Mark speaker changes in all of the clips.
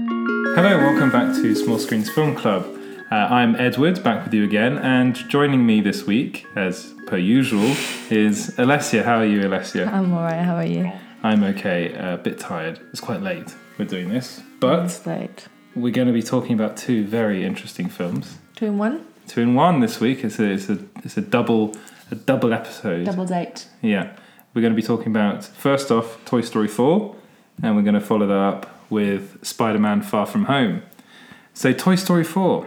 Speaker 1: Hello, welcome back to Small Screens Film Club. Uh, I'm Edward, back with you again, and joining me this week, as per usual, is Alessia. How are you, Alessia?
Speaker 2: I'm alright, how are you?
Speaker 1: I'm okay, a bit tired. It's quite late we're doing this, but
Speaker 2: It's late.
Speaker 1: we're going to be talking about two very interesting films.
Speaker 2: Two in one?
Speaker 1: Two in one this week. It's a, it's a, it's a double a double episode.
Speaker 2: Double date.
Speaker 1: Yeah. We're going to be talking about, first off, Toy Story 4, and we're going to follow that up with Spider Man Far From Home. So, Toy Story 4.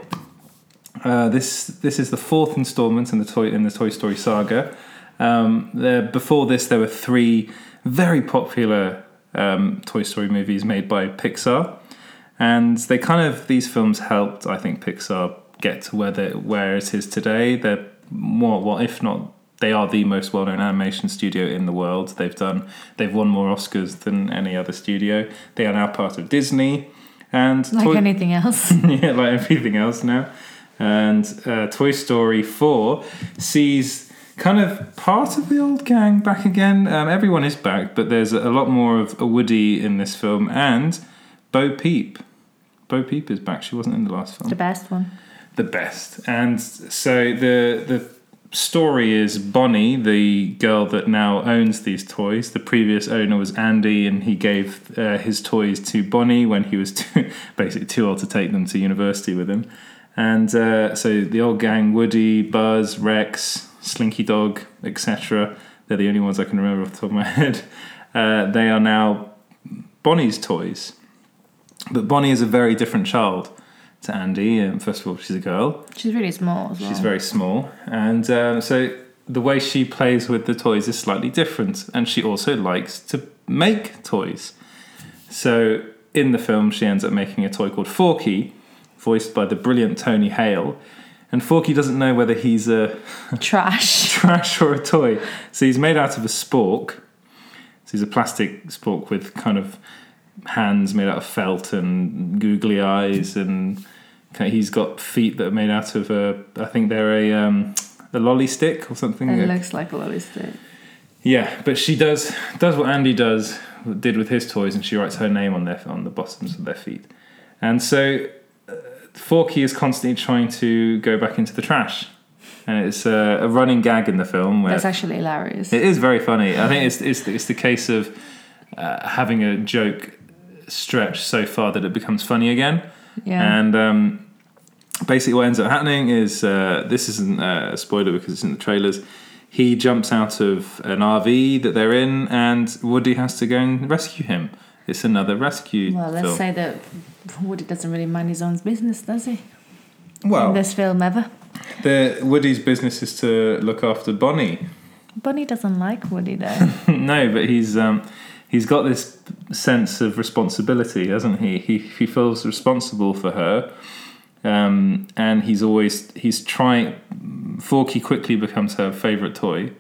Speaker 1: Uh, this this is the fourth installment in the Toy in the Toy Story saga. Um, there, before this, there were three very popular um, Toy Story movies made by Pixar, and they kind of these films helped I think Pixar get to where they, where it is today. They're more well, if not, they are the most well known animation studio in the world. They've done they've won more Oscars than any other studio. They are now part of Disney, and
Speaker 2: Like
Speaker 1: Toy-
Speaker 2: anything else.
Speaker 1: yeah, like everything else now. And uh, Toy Story 4 sees kind of part of the old gang back again. Um, everyone is back, but there's a lot more of a Woody in this film and Bo Peep. Bo Peep is back. She wasn't in the last film
Speaker 2: the best one.
Speaker 1: the best. And so the the story is Bonnie, the girl that now owns these toys. The previous owner was Andy, and he gave uh, his toys to Bonnie when he was too, basically too old to take them to university with him. And uh, so the old gang: Woody, Buzz, Rex, Slinky Dog, etc. They're the only ones I can remember off the top of my head. Uh, they are now Bonnie's toys. But Bonnie is a very different child to Andy. Um, first of all, she's a girl.
Speaker 2: She's really small as well.
Speaker 1: She's very small, and um, so the way she plays with the toys is slightly different. And she also likes to make toys. So in the film, she ends up making a toy called Forky, voiced by the brilliant Tony Hale. And Forky doesn't know whether he's a
Speaker 2: Trash.
Speaker 1: trash or a toy. So he's made out of a spork. So he's a plastic spork with kind of hands made out of felt and googly eyes, and kind of- he's got feet that are made out of a. I think they're a um, a lolly stick or something.
Speaker 2: It looks like a lolly stick.
Speaker 1: Yeah, but she does does what Andy does did with his toys, and she writes her name on their on the bottoms of their feet. And so uh, Forky is constantly trying to go back into the trash, and it's a, a running gag in the film where
Speaker 2: That's actually hilarious.
Speaker 1: it is very funny. I think it's it's, it's the case of uh, having a joke stretched so far that it becomes funny again.
Speaker 2: yeah.
Speaker 1: And um, basically, what ends up happening is uh, this isn't a spoiler because it's in the trailers. He jumps out of an RV that they're in, and Woody has to go and rescue him. It's another rescue
Speaker 2: well, let's
Speaker 1: film.
Speaker 2: say that Woody doesn't really mind his own business, does he?
Speaker 1: well,
Speaker 2: In this film ever.
Speaker 1: the, Woody's business is to look after Bonnie,
Speaker 2: Bunny doesn't like Woody though.
Speaker 1: no, but he's um, he's got this sense of responsibility, hasn't he? He he feels responsible for her, um, and he's always he's trying. Forky quickly becomes her favorite toy,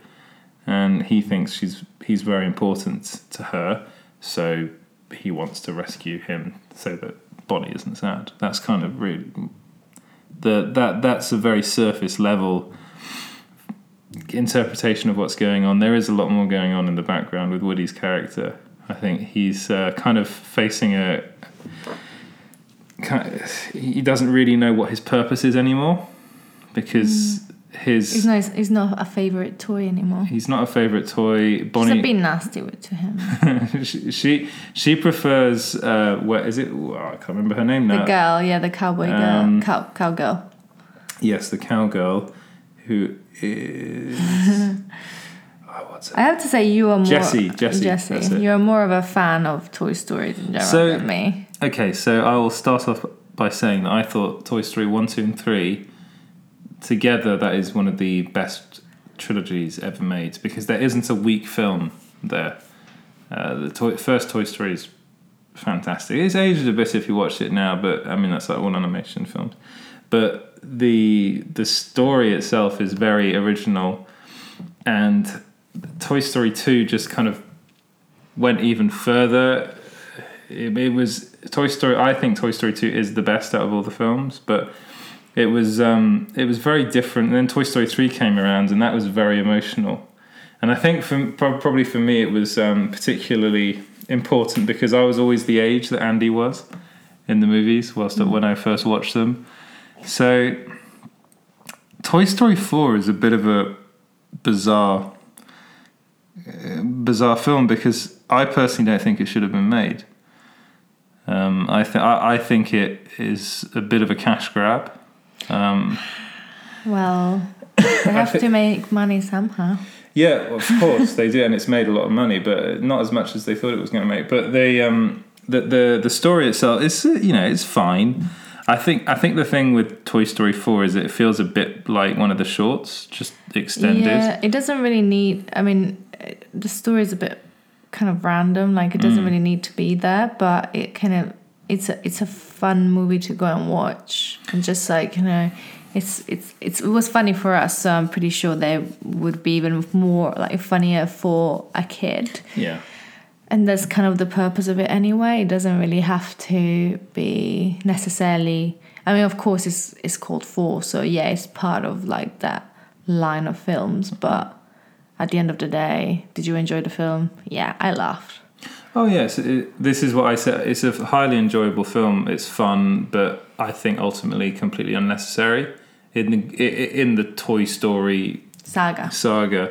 Speaker 1: and he thinks she's he's very important to her, so he wants to rescue him so that Bonnie isn't sad. That's kind of really the that that's a very surface level interpretation of what's going on. There is a lot more going on in the background with Woody's character. I think he's uh, kind of facing a. Kind he doesn't really know what his purpose is anymore because his.
Speaker 2: Mm. he's, not, he's not a favourite toy anymore.
Speaker 1: He's not a favorite toy. Bonnie,
Speaker 2: She's a bit nasty with, to him.
Speaker 1: she, she she prefers uh, where is it? Oh, I can't remember her name now.
Speaker 2: The girl, yeah, the cowboy girl.
Speaker 1: Um,
Speaker 2: cow, cowgirl.
Speaker 1: Yes, the cowgirl, who is oh, what's her
Speaker 2: I have to say you are more...
Speaker 1: Jessie, Jessie, that's it.
Speaker 2: Jessie. You're more of a fan of Toy Stories in general
Speaker 1: So-
Speaker 2: than me.
Speaker 1: Okay, so I will start off by saying that I thought Toy Story 1, 2, and 3 together, that is one of the best trilogies ever made because there isn't a weak film there. Uh, the toy, first Toy Story is fantastic. It's aged a bit if you watch it now, but I mean, that's like all animation films. But the, the story itself is very original, and Toy Story 2 just kind of went even further it, it was Toy Story. I think Toy Story Two is the best out of all the films, but it was um, it was very different. And then Toy Story Three came around, and that was very emotional. And I think for prob- probably for me, it was um, particularly important because I was always the age that Andy was, in the movies whilst when I first watched them. So Toy Story 4 is a bit of a bizarre uh, bizarre film because I personally don't think it should have been made. Um, I, th- I, I think it is a bit of a cash grab. Um,
Speaker 2: Well, they have to make money somehow.
Speaker 1: Yeah, well, of course they do, and it's made a lot of money, but not as much as they thought it was going to make. But they, um, the the the story itself is uh, you know it's fine. I think I think the thing with Toy Story Four is it feels a bit like one of the shorts, just extended.
Speaker 2: Yeah, it doesn't really need. I mean, eh, the story is a bit kind of random. Like it
Speaker 1: Mm.
Speaker 2: doesn't really need to be there, but it kind of it's a it's a fun movie to go and watch and just like you know. It's, it's it's it was funny for us, so I'm pretty sure they would be even more like funnier for a kid,
Speaker 1: Yeah,
Speaker 2: and that's kind of the purpose of it anyway. It doesn't really have to be necessarily. I mean, of course, it's it's called four, so yeah, it's part of like that line of films. But at the end of the day, did you enjoy the film? Yeah, I laughed.
Speaker 1: Oh yes, it, this is what I said. It's a highly enjoyable film. It's fun, but I think ultimately completely unnecessary in the, i- i- in the Toy Story
Speaker 2: Saga.
Speaker 1: saga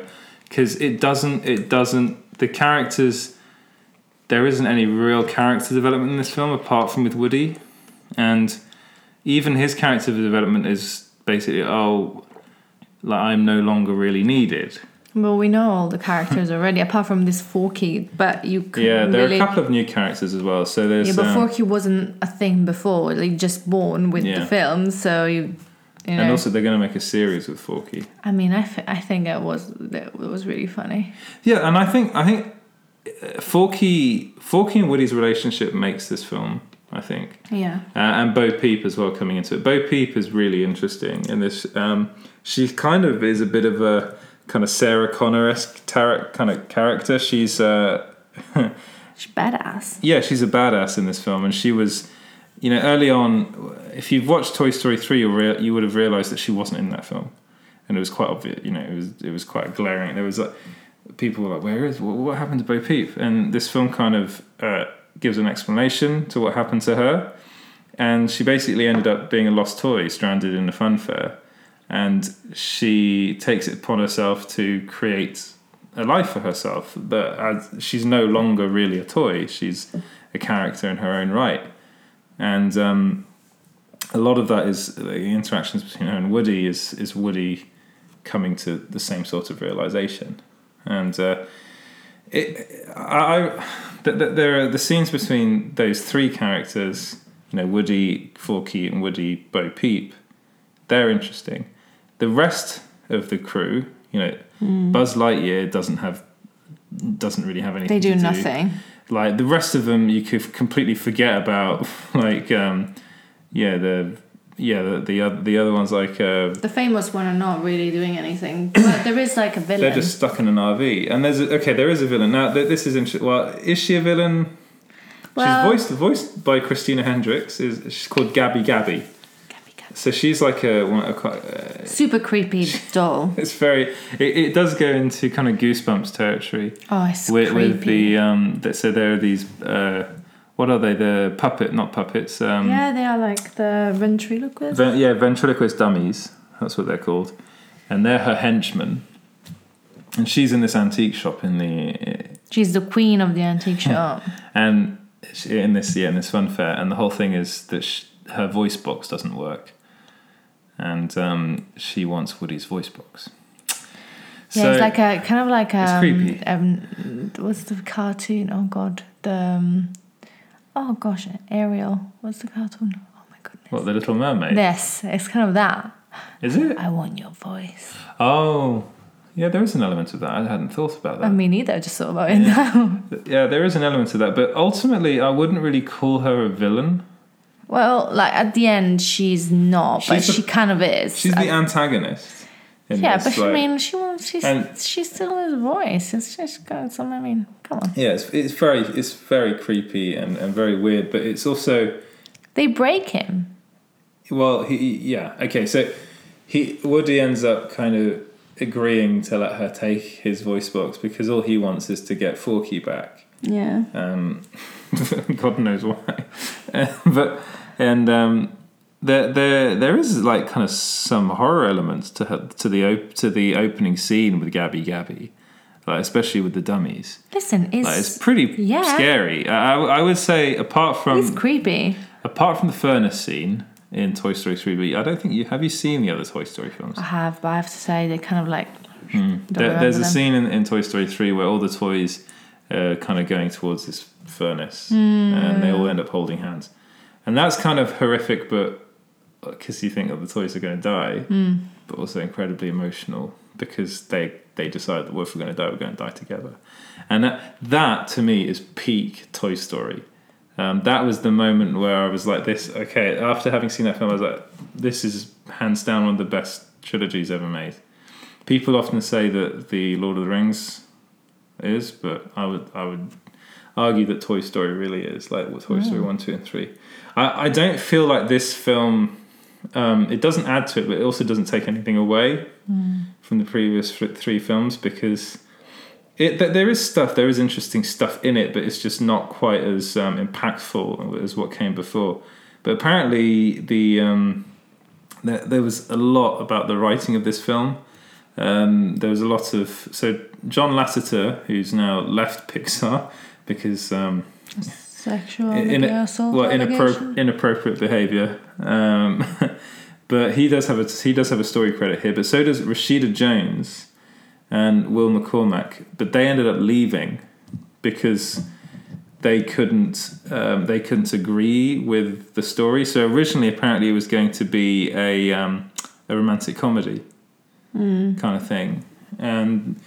Speaker 1: because it doesn't it doesn't the characters there isn't any real character development in this film apart from with woody and even his character development is basically oh like i'm no longer really needed
Speaker 2: Well, we know all the characters already, apart from this Forky. But you could
Speaker 1: yeah there
Speaker 2: really.
Speaker 1: are a couple of new characters as well so there's
Speaker 2: yeah, but
Speaker 1: um,
Speaker 2: Forky wasn't a thing before. Like just born with
Speaker 1: Yeah.
Speaker 2: the film, so you. You know,
Speaker 1: and also they're going to make a series with forky
Speaker 2: I mean, I, th- I think it was it was really funny.
Speaker 1: Yeah, and I think I think uh, Forky Forky and Woody's relationship makes this film. I think,
Speaker 2: Yeah.
Speaker 1: uh, and Bo Peep as well coming into it. Bo Peep is really interesting in this. Um, she kind of is a bit of a kind of Sarah Connor esque tar- kind of character. She's uh,
Speaker 2: She's badass.
Speaker 1: yeah, she's a badass in this film, and she was. You know, early on, if you've watched Toy Story three, you'll rea- you would have realized that she wasn't in that film, and it was quite obvious. You know, it was it was quite glaring. There was like people were like, "Where is what, what happened to Bo Peep?" And this film kind of uh, gives an explanation to what happened to her, and she basically ended up being a lost toy, stranded in a fun fair, and she takes it upon herself to create a life for herself that as, she's no longer really a toy; she's a character in her own right, and. Um, a lot of that is the interactions between her and Woody is is Woody coming to the same sort of realization, and uh, it I, I th- th- there are the scenes between those three characters, you know, Woody, Forky, and Woody Bo Peep. They're interesting. The rest of the crew, you know,
Speaker 2: Hmm.
Speaker 1: Buzz Lightyear doesn't have doesn't really have anything.
Speaker 2: They do
Speaker 1: to
Speaker 2: nothing.
Speaker 1: like the rest of them you could completely forget about like um yeah the yeah the the, oth- the other ones like uh
Speaker 2: The famous one are not really doing anything, but there is like a villain.
Speaker 1: they're just stuck in an rv and there's a, okay there is a villain now th- this is interesting well is she a villain
Speaker 2: Well-
Speaker 1: she's voiced voiced by christina hendricks is she's called gabby gabby so she's like a, one- a quite- uh,
Speaker 2: Super creepy doll.
Speaker 1: it's very it, it does go into kind of goosebumps territory
Speaker 2: Oh, it's
Speaker 1: with,
Speaker 2: creepy.
Speaker 1: with the um that so there are these uh what are they the puppet not puppets um
Speaker 2: yeah, they are like the ventriloquists.
Speaker 1: Ven- yeah, ventriloquist dummies. That's what they're called, and they're her henchmen. And she's in this antique shop in the
Speaker 2: She's the queen of the antique shop.
Speaker 1: and she- in this yeah in this fun fair, and the whole thing is that sh her voice box doesn't work, and um, she wants Woody's voice box.
Speaker 2: yeah, it's like a kind of like a.
Speaker 1: It's creepy.
Speaker 2: Um, what's the cartoon? Oh God, the. Um, oh gosh, Ariel. What's the cartoon? Oh my goodness.
Speaker 1: what the Little Mermaid
Speaker 2: Yes, it's kind of that.
Speaker 1: is it?
Speaker 2: I want your voice.
Speaker 1: Oh, yeah, there is an element of that. I hadn't thought about that.
Speaker 2: I mean, either I just thought about it now.
Speaker 1: yeah, there is an element of that, but ultimately, I wouldn't really call her a villain.
Speaker 2: Well, like at the end, she's not, but
Speaker 1: She's the-
Speaker 2: she kind of is.
Speaker 1: She's
Speaker 2: I-
Speaker 1: the antagonist. in
Speaker 2: um, yeah,
Speaker 1: this,
Speaker 2: but I
Speaker 1: like-
Speaker 2: mean, she wants. She's
Speaker 1: And-
Speaker 2: she's still his voice. It's just got some. I mean, come on.
Speaker 1: Yeah, it's, it's very it's very creepy and, and very weird, but it's also
Speaker 2: They break him.
Speaker 1: well, he, he- yeah, okay, so he Woody ends up kind of agreeing to let her take his voice box because all he wants is to get Forky back.
Speaker 3: Yeah.
Speaker 1: Um, God knows why, but and um, there there there is like kind of some horror elements to her, to the op- to the opening scene with Gabby Gabby, like especially with the dummies.
Speaker 2: Listen, it's
Speaker 1: Like, it's pretty
Speaker 2: yeah.
Speaker 1: scary. I, I I would say apart from
Speaker 2: it's creepy.
Speaker 1: apart from the furnace scene in Toy Story three, but I don't think you have you seen the other Toy Story films.
Speaker 2: I have, but I have to say they're kind of like don't
Speaker 1: Hmm. There,
Speaker 2: remember
Speaker 1: there's a
Speaker 2: them.
Speaker 1: scene in, in Toy Story 3 where all the toys are kind of going towards this furnace and they all end up holding hands. And that's kind of horrific, but because you think that the toys are going to die, but also incredibly emotional because they, they decide that well, if we're going to die, we're going to die together. And that, that to me is peak Toy Story. Um, that was the moment where I was like, this, okay, after having seen that film, I was like, this is hands down one of the best trilogies ever made. People often say that the Lord of the Rings is, but I would I would argue that Toy Story really is like what Toy Story one, two, and three. I, I don't feel like this film. Um, it doesn't add to it, but it also doesn't take anything away from the previous fr- three films because it th- there is stuff, there is interesting stuff in it, but it's just not quite as um, impactful as what came before. But apparently, the um, there, there was a lot about the writing of this film. Um, there was a lot of so John Lasseter, who's now left Pixar because um,
Speaker 3: Sexual
Speaker 1: In- in a-
Speaker 2: Oh,
Speaker 3: assault.
Speaker 1: well
Speaker 3: allegation.
Speaker 1: inappro- inappropriate behavior. Um, but he does have a he does have a story credit here, but so does Rashida Jones and Will McCormack. But they ended up leaving because they couldn't um, they couldn't agree with the story. So originally, apparently, it was going to be a um, a romantic comedy kind of thing, and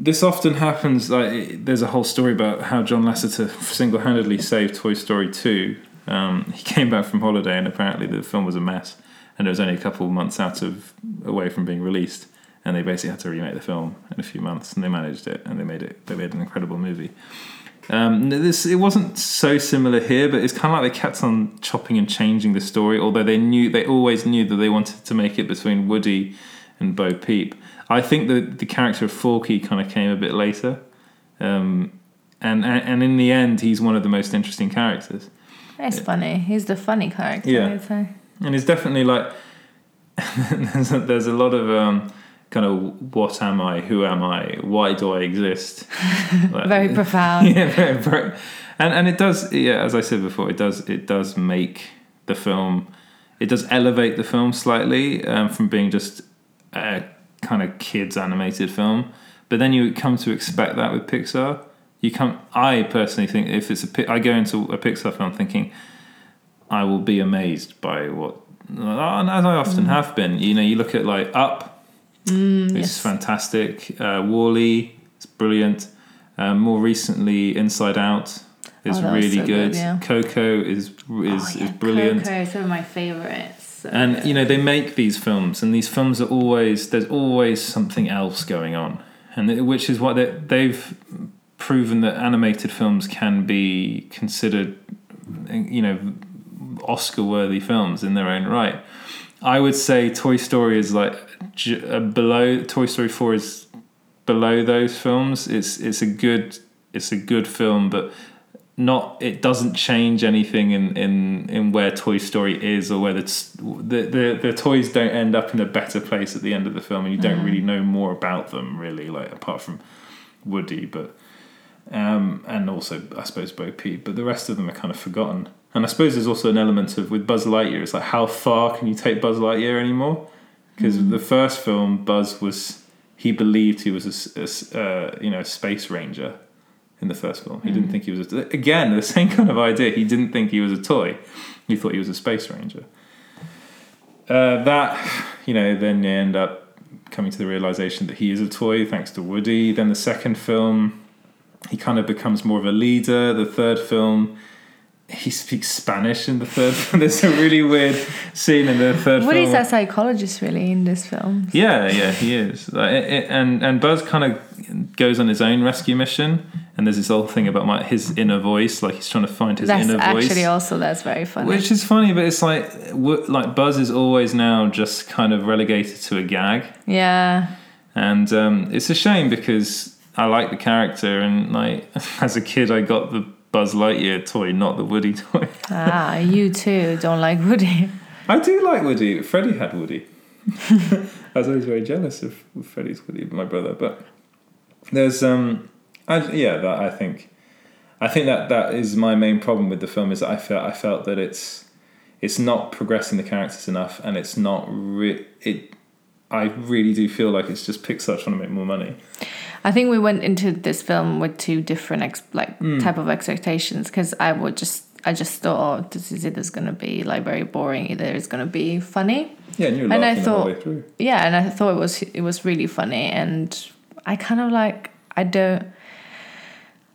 Speaker 1: this often happens. Like, it- there's a whole story about how John Lasseter single-handedly saved Toy Story Two. Um, he came back from holiday, and apparently the film was a mess, and it was only a couple of months out of away from being released. And they basically had to remake the film in a few months, and they managed it, and they made it. They made an incredible movie. Um, no, this it wasn't so similar here, but it's kind of like they kept on chopping and changing the story. Although they knew they always knew that they wanted to make it between Woody and Bo Peep. I think the the character of Forky kind of came a bit later, um, and, and and in the end, he's one of the most interesting characters,
Speaker 2: It's funny. He's the funny character.
Speaker 1: Yeah.
Speaker 2: I'd say.
Speaker 1: and it's definitely like there's a, there's a lot of um, kind of what am I, who am I, why do I exist? Like-
Speaker 2: Very profound.
Speaker 1: yeah, very, very, and and it does. Yeah, as I said before, it does. It does make the film. It does elevate the film slightly um, from being just a kind of kids animated film, but then you come to expect that with Pixar. You come. I personally think if it's a, Pi- I go into a Pixar film thinking I will be amazed by what, and as I often have been. You know, you look at like Up. It's
Speaker 2: yes.
Speaker 1: fantastic. Uh, Wally, it's brilliant. Um, more recently, Inside Out is
Speaker 2: Oh, that was
Speaker 1: really
Speaker 2: so
Speaker 1: good.
Speaker 2: good, yeah. Oh,
Speaker 1: Coco is is,
Speaker 2: yeah,
Speaker 1: is brilliant.
Speaker 2: Coco is one of my favorites. So
Speaker 1: And you know they make these films, and these films are always there's always something else going on, and it- which is what they, they've proven that animated films can be considered, you know, Oscar-worthy films in their own right. I would say Toy Story is like j- uh, below Toy Story Four is below those films. It's it's a good it's a good film, but not it doesn't change anything in in in where Toy Story is or where the the the, the toys don't end up in a better place at the end of the film, and you don't really know more about them really, like apart from Woody, but um, and also I suppose Bo Peep, but the rest of them are kind of forgotten. And I suppose there's also an element of with Buzz Lightyear, it's like how far can you take Buzz Lightyear anymore? Because the first film, Buzz was he believed he was a s- a, s- uh, you know a space ranger in the first film. He didn't think he was a, again the same kind of idea. He didn't think he was a toy. He thought he was a space ranger. Uh, that you know, then they end up coming to the realization that he is a toy thanks to Woody. Then the second film, he kind of becomes more of a leader. The third film. He speaks Spanish in the third. film. There's a really weird scene in the third
Speaker 2: what
Speaker 1: film.
Speaker 2: is that psychologist really in this film?
Speaker 1: Yeah, yeah, he is. Like, it, it- and and Buzz kind of goes on his own rescue mission, and there's this whole thing about my, his inner voice, like he's trying to find his
Speaker 2: That's
Speaker 1: inner
Speaker 2: actually
Speaker 1: voice,
Speaker 2: also that's very funny.
Speaker 1: which is funny, but it's like w- like Buzz is always now just kind of relegated to a gag.
Speaker 2: yeah,
Speaker 1: and um, it's a shame because I like the character, and like as a kid, I got the Buzz Lightyear toy, not the Woody toy.
Speaker 2: ah, you too don't like Woody.
Speaker 1: I do like Woody. Freddie had Woody. I was always very jealous of Freddie's Woody, my brother. But there's um, I, yeah, that I think, I think that that is my main problem with the film is that I felt I felt that it's it's not progressing the characters enough, and it's not re- it. I really do feel like it's just Pixar trying to make more money.
Speaker 2: I think we went into this film with two different ex- like
Speaker 1: Hmm.
Speaker 2: type of expectations because I would just I just thought oh, this is either going to be like very boring, either it's going to be funny.
Speaker 1: Yeah, and you're
Speaker 2: And I
Speaker 1: laughing the whole
Speaker 2: thought-
Speaker 1: way through.
Speaker 2: yeah and i thought it was it was really funny and i kind of like i don't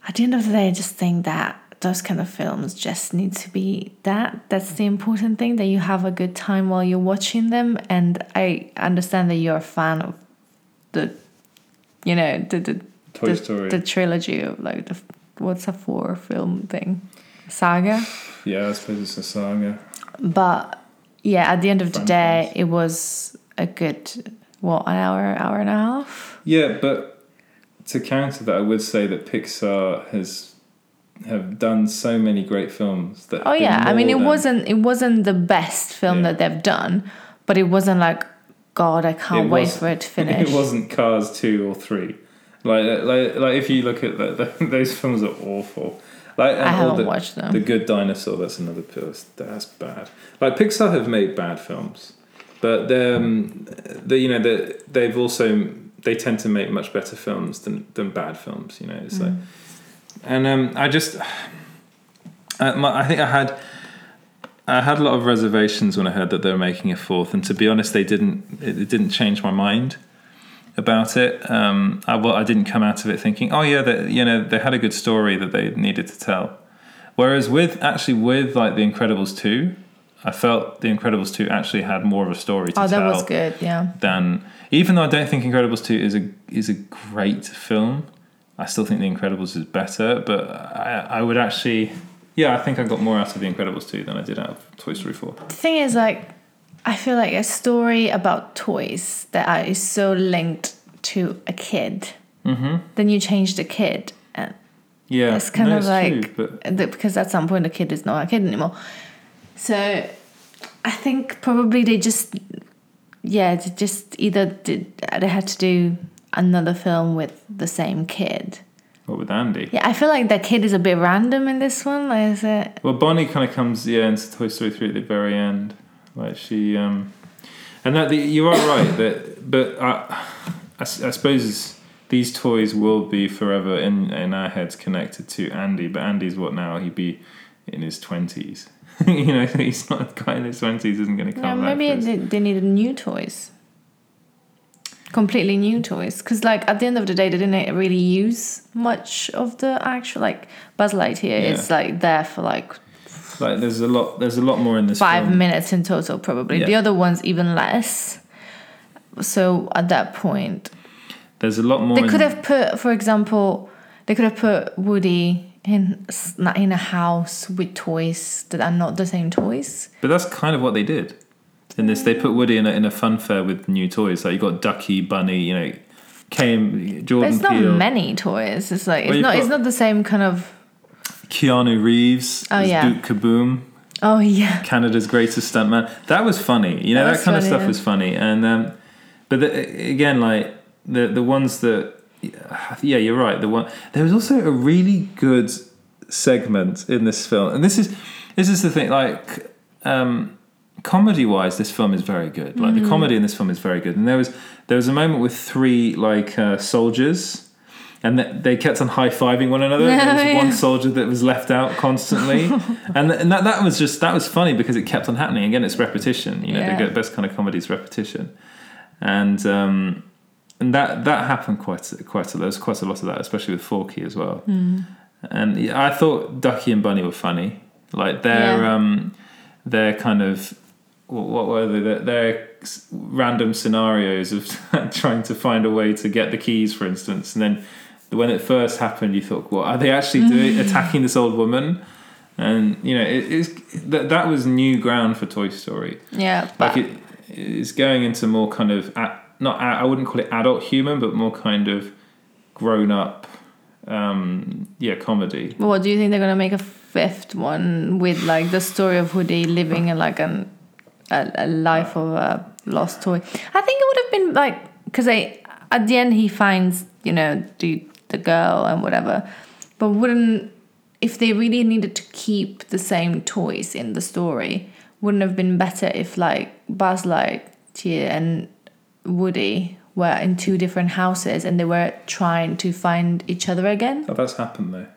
Speaker 2: at the end of the day i just think that those kind of films just need to be that that's the important thing that you have a good time while you're watching them and i understand that you're a fan of the you know the the,
Speaker 1: Toy
Speaker 2: the,
Speaker 1: Story.
Speaker 2: the trilogy of like the what's a four film thing saga
Speaker 1: Yeah, I suppose it's a saga.
Speaker 2: but yeah, at the end of the day,
Speaker 1: Franchise.
Speaker 2: it was a good what an hour, hour and a half.
Speaker 1: Yeah, but to counter that, I would say that Pixar has have done so many great films that.
Speaker 2: Oh
Speaker 1: have
Speaker 2: yeah,
Speaker 1: been
Speaker 2: I mean
Speaker 1: more
Speaker 2: it
Speaker 1: than-
Speaker 2: wasn't it wasn't the best film
Speaker 1: Yeah.
Speaker 2: that they've done, but it wasn't like God, I can't
Speaker 1: It
Speaker 2: wait
Speaker 1: was-
Speaker 2: for it to finish.
Speaker 1: It wasn't Cars two or three. Like like like if you look at that, those films are awful. Like and
Speaker 2: I
Speaker 1: all
Speaker 2: haven't
Speaker 1: the,
Speaker 2: watched them.
Speaker 1: The Good Dinosaur. That's another pill. That's bad. Like Pixar have made bad films, but they're, um, they you know they they've also they tend to make much better films than than bad films. You know, it's like, and um, I just uh, my, I think I had I had a lot of reservations when I heard that they were making a fourth, and to be honest, they didn't. It, it didn't change my mind about it. Um, I, well, I didn't come out of it thinking, oh yeah, that you know they had a good story that they needed to tell. Whereas with actually with like The Incredibles two, I felt The Incredibles two actually had more of a story to
Speaker 2: oh, that
Speaker 1: tell
Speaker 2: was good. Yeah,
Speaker 1: than even though I don't think Incredibles two is a is a great film, I still think The Incredibles is better. But I, I would actually, yeah, I think I got more out of The Incredibles two than I did out of Toy Story four.
Speaker 2: the thing is like. I feel like a story about toys that are, is so linked to a kid. Mm-hmm. Then you change the kid, and
Speaker 1: Yeah,
Speaker 2: It's kind
Speaker 1: no,
Speaker 2: of like
Speaker 1: true, but
Speaker 2: the- because at some point the kid is not a kid anymore. So I think probably they just yeah they just either did, they had to do another film with the same kid.
Speaker 1: what with Andy?
Speaker 2: Yeah, I feel like that kid is a bit random in this one. Like, is it?
Speaker 1: Well, Bonnie kind of comes yeah into Toy Story three at the very end, like she um, and that the, you are right that but I, I s- I suppose these toys will be forever in in our heads connected to Andy, but Andy's what now? He'd be in his twenties. you know, he's not a guy in his twenties isn't going to come.
Speaker 2: No,
Speaker 1: back
Speaker 2: maybe
Speaker 1: to this.
Speaker 2: they, they needed new toys. Completely new toys, because like at the end of the day, they didn't really use much of the actual like Buzz Lightyear.
Speaker 1: Yeah.
Speaker 2: It's like there for like
Speaker 1: like there's a lot there's a lot more in this
Speaker 2: five
Speaker 1: film.
Speaker 2: minutes in total probably
Speaker 1: Yeah.
Speaker 2: the other one's even less so at that point
Speaker 1: There's a lot more.
Speaker 2: they
Speaker 1: in-
Speaker 2: could have put for example they could have put woody in s- not in a house with toys that are not the same toys
Speaker 1: But that's kind of what they did. In this, they put Woody in a, in a fun fair with new toys. Like you got Ducky, Bunny, you know, came Jordan
Speaker 2: there's not
Speaker 1: Peele,
Speaker 2: many toys it's like
Speaker 1: Well,
Speaker 2: it's
Speaker 1: you've
Speaker 2: not it's
Speaker 1: got-
Speaker 2: not the same kind of
Speaker 1: Keanu Reeves,
Speaker 2: Oh,
Speaker 1: as
Speaker 2: yeah.
Speaker 1: Duke Kaboom,
Speaker 2: oh yeah
Speaker 1: Canada's greatest stuntman. That was funny. You know, that,
Speaker 2: That was
Speaker 1: kind of
Speaker 2: funny,
Speaker 1: stuff
Speaker 2: yeah.
Speaker 1: was funny. And um, but the, again, like the the ones that yeah, you're right. The one there was also a really good segment in this film, and this is this is the thing. Like um, comedy wise, this film is very good. Like
Speaker 2: Mm-hmm.
Speaker 1: the comedy in this film is very good. And there was there was a moment with three like uh, soldiers. And th- they kept on high fiving one another. and there was
Speaker 2: Yeah.
Speaker 1: one soldier that was left out constantly, and, th- and that, that was just that was funny because it kept on happening. Again, it's repetition. You know,
Speaker 2: Yeah.
Speaker 1: the good- best kind of comedy is repetition, and um, and that that happened quite quite a there was quite a lot of that, especially with Forky as well. And yeah, I thought Ducky and Bunny were funny, like their
Speaker 2: Yeah.
Speaker 1: um, their kind of what, what were they? Their, their s- random scenarios of trying to find a way to get the keys, for instance, and then when it first happened, you thought, "What are they actually doing? attacking this old woman?" And you know, it, it's that that was new ground for Toy Story
Speaker 2: yeah but
Speaker 1: like it, it's going into more kind of a- not I I wouldn't call it adult humor, but more kind of grown up, um, yeah, comedy.
Speaker 2: But what do you think they're gonna make a fifth one with like the story of Hoodie living a, like an a, a life of a lost toy? I think it would have been like because I at the end he finds you know the the girl and whatever, but wouldn't if they really needed to keep the same toys in the story, wouldn't have been better if like Buzz Lightyear and Woody were in two different houses and they were trying to find each other again?
Speaker 1: Oh, that's happened though.